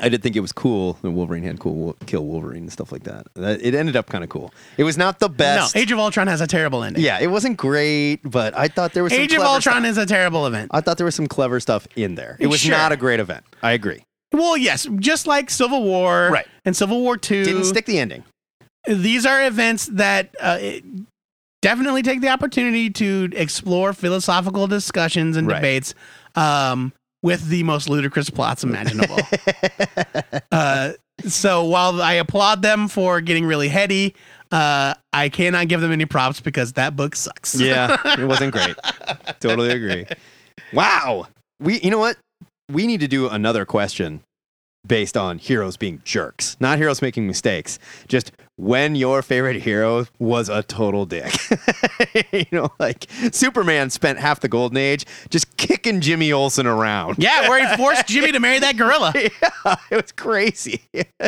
I did think it was cool that Wolverine had cool wo- kill Wolverine and stuff like that. That- It ended up kind of cool. It was not the best.
No, Age of Ultron has a terrible ending.
Yeah, it wasn't great, but I thought there was some
Age of
clever
Ultron
stuff.
is a terrible event.
I thought there was some clever stuff in there. It was
Sure.
not a great event. I agree.
Well, yes, just like Civil War right. and Civil War 2.
Didn't stick the ending.
These are events that uh, it- definitely take the opportunity to explore philosophical discussions and
Right.
debates um, with the most ludicrous plots
*laughs*
imaginable. uh, so while I applaud them for getting really heady, Uh, I cannot give them any props because that book sucks. *laughs*
Yeah, it wasn't great. totally agree. Wow. We you know what? We need to do another question based on heroes being jerks, not heroes making mistakes. Just when your favorite hero was a total dick. *laughs* you know, like Superman spent half the golden age just kicking Jimmy Olsen around.
Yeah, where he forced Jimmy to marry that gorilla.
*laughs* Yeah, it was crazy.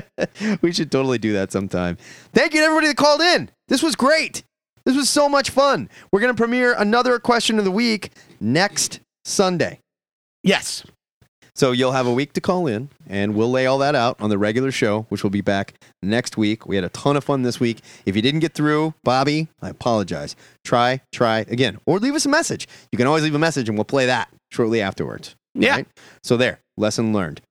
*laughs* we should totally do that sometime. Thank you to everybody that called in. This was great. This was so much fun. We're going to premiere another question of the week next Sunday.
Yes.
So you'll have a week to call in, and we'll lay all that out on the regular show, which will be back next week. We had a ton of fun this week. If you didn't get through, Bobby, I apologize. Try, try again, or leave us a message. You can always leave a message, and we'll play that shortly afterwards.
Yeah.
So there, lesson learned.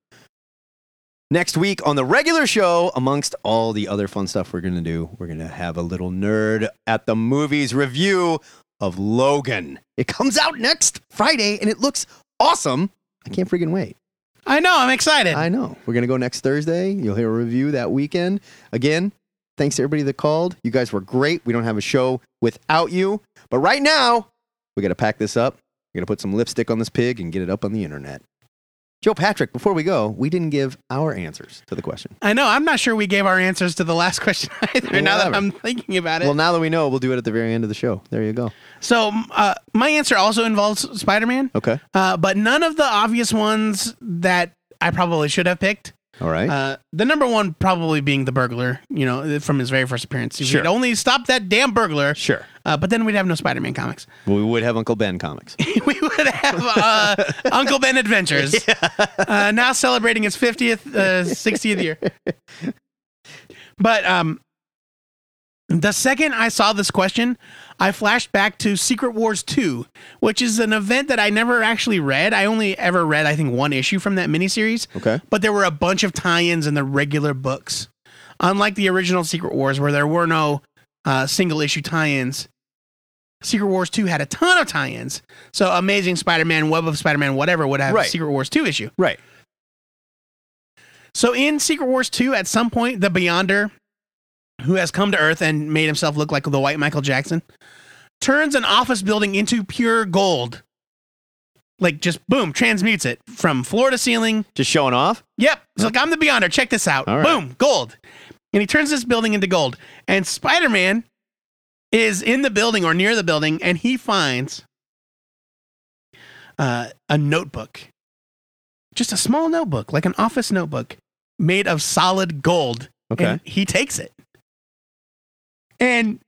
Next week on the regular show, amongst all the other fun stuff we're going to do, we're going to have a little nerd at the movies review of Logan. It comes out next Friday and it looks awesome. I can't freaking wait.
I know. I'm excited.
I know. We're going to go next Thursday. You'll hear a review that weekend. Again, thanks to everybody that called. You guys were great. We don't have a show without you. But right now, we got to pack this up. We're going to put some lipstick on this pig and get it up on the internet. Joe Patrick, before we go, we didn't give our answers to the question.
I know. I'm not sure we gave our answers to the last *laughs* question either. now that
Whatever.
I'm thinking about it.
Well, now that we know, we'll do it at the very end of the show. There you go.
so uh, my answer also involves Spider-Man,
Okay.
uh, but none of the obvious ones that I probably should have picked.
All right.
Uh, the number one probably being the burglar, you know, from his very first appearance. If
Sure.
we'd only stopped that damn burglar,
sure.
Uh, but then we'd have no Spider-Man comics. *laughs*
we would have Uncle Ben comics.
have *laughs* uh, Uncle Ben Adventures. Uh, now celebrating its 50th, uh, 60th year. But um, the second I saw this question, I flashed back to Secret Wars 2, which is an event that I never actually read. I only ever read, I think, one issue from that miniseries.
Okay.
But there were a bunch of tie ins in the regular books. Unlike the original Secret Wars, where there were no uh, single issue tie ins, Secret Wars 2 had a ton of tie ins. So Amazing Spider Man, Web of Spider Man, whatever would have a
Right.
Secret Wars 2 issue.
Right.
So in Secret Wars 2, at some point, the Beyonder, who has come to Earth and made himself look like the white Michael Jackson, turns an office building into pure gold. Like just boom, transmutes it from floor to ceiling.
Just showing off? Oh.
Yep. It's like I'm the Beyonder. Check this out.
All right.
Boom, gold. And he turns this building into gold. And Spider Man is in the building or near the building, and he finds uh, a notebook, just a small notebook, like an office notebook, made of solid gold.
Okay.
And he takes it, and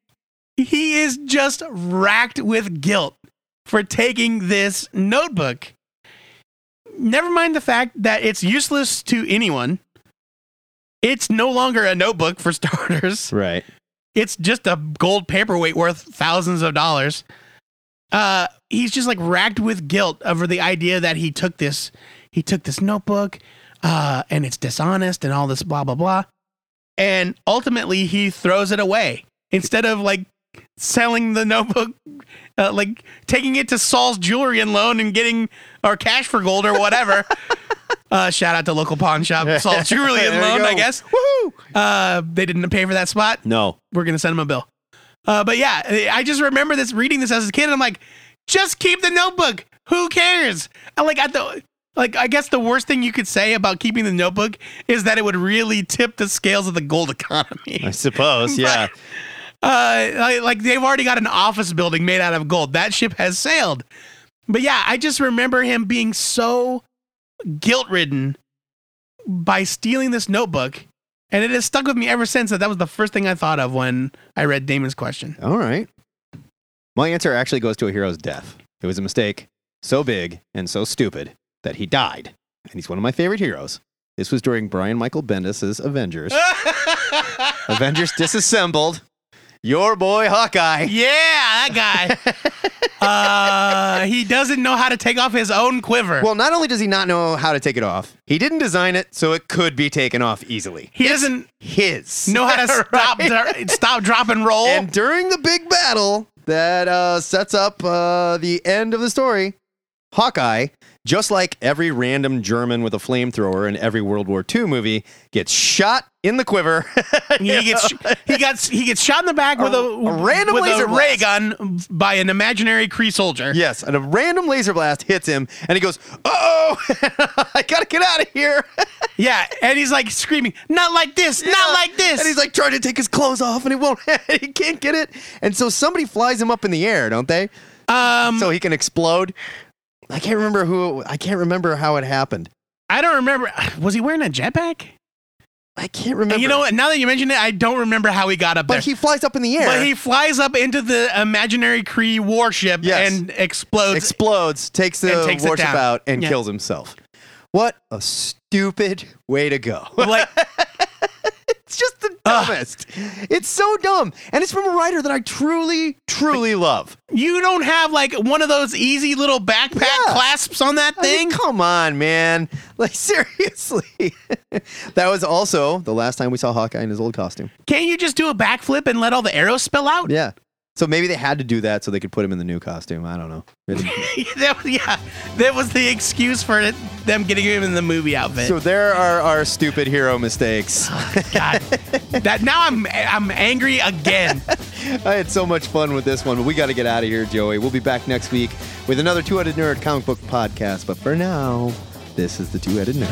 he is just racked with guilt for taking this notebook. Never mind the fact that it's useless to anyone. It's no longer a notebook for *laughs* starters.
Right.
It's just a gold paperweight worth thousands of dollars. Uh, he's just like racked with guilt over the idea that he took this, he took this notebook, uh, and it's dishonest and all this blah blah blah. And ultimately, he throws it away instead of like selling the notebook, uh, like taking it to Saul's jewelry and loan and getting or cash for gold or whatever. uh, shout out to local
*laughs*
pawn shop Saul's jewelry and
There you
loan, I
go.
guess. Woohoo! Uh, they didn't pay for that
*laughs*
spot
No.
we're gonna send him a bill. Uh, but yeah, I- I just remember this reading this as a kid, and I'm like, just keep the notebook. Who cares? I like at the like I guess the worst thing you could say about keeping the notebook is that it would really tip the scales of the gold economy.
I suppose. Yeah.
Uh, like- like they've already got an office building made out of gold. That ship has sailed. But yeah, I just remember him being so guilt ridden by stealing this notebook, and it has stuck with me ever since. That that was the first thing I thought of when I read Damon's question.
All right. My answer actually goes to a hero's death. It was a mistake so big and so stupid that he died. And he's one of my favorite heroes. This was during Brian Michael Bendis's
*laughs*
Avengers. *laughs* Avengers Disassembled. Your boy Hawkeye. *laughs*
Yeah, that guy. uh, he doesn't know how to take off his own quiver.
Well, not only does he not know how to take it off, he didn't design it, so it could be taken off easily.
he doesn't
His. *laughs*
know how to stop, dr- stop, drop, and roll.
And during the big battle that uh, sets up uh, the end of the story, Hawkeye, just like every random German with a flamethrower in every World War II movie, gets shot in the quiver. *laughs*
he gets he gets he gets shot in the back with a,
random
with
laser
a ray
blast.
gun by an imaginary Kree soldier.
Yes, and a random laser blast hits him, and he goes, "Oh, *laughs* I gotta get out of here!" *laughs*
yeah, and he's like screaming, "Not like this! Not like this!"
And he's like trying to take his clothes off, and he won't. *laughs* he can't get it, and so somebody flies him up in the air, don't they?
Um,
so he can explode. I can't remember who. I can't remember how it happened.
I don't remember. *sighs* Was he wearing a jetpack?
I can't remember.
you know what? Now that you mention it, I don't remember how he got up there.
But he flies up in the air.
But he flies up into the imaginary Kree warship
Yes.
and explodes.
explodes, takes the
And takes it
warship
down.
out, and
Yeah.
kills himself. What a stupid way to go!
Like
*laughs* it's just the dumbest. It's so dumb, and it's from a writer that I truly, truly love.
You don't have like one of those easy little backpack clasps on that
I mean,
thing.
come on, man! *laughs* Like seriously, *laughs* that was also the last time we saw Hawkeye in his old costume.
Can't you just do a backflip and let all the arrows spill out?
Yeah. So maybe they had to do that so they could put him in the new costume. I don't know.
*laughs* that, yeah, that was the excuse for it, them getting him in the movie outfit.
so there are our stupid hero mistakes.
God, that now I'm I'm angry *laughs* again.
*laughs* I had so much fun with this one, but we got to get out of here, Joey. We'll be back next week with another Two Headed Nerd comic book podcast. But for now, this is the Two Headed Nerd.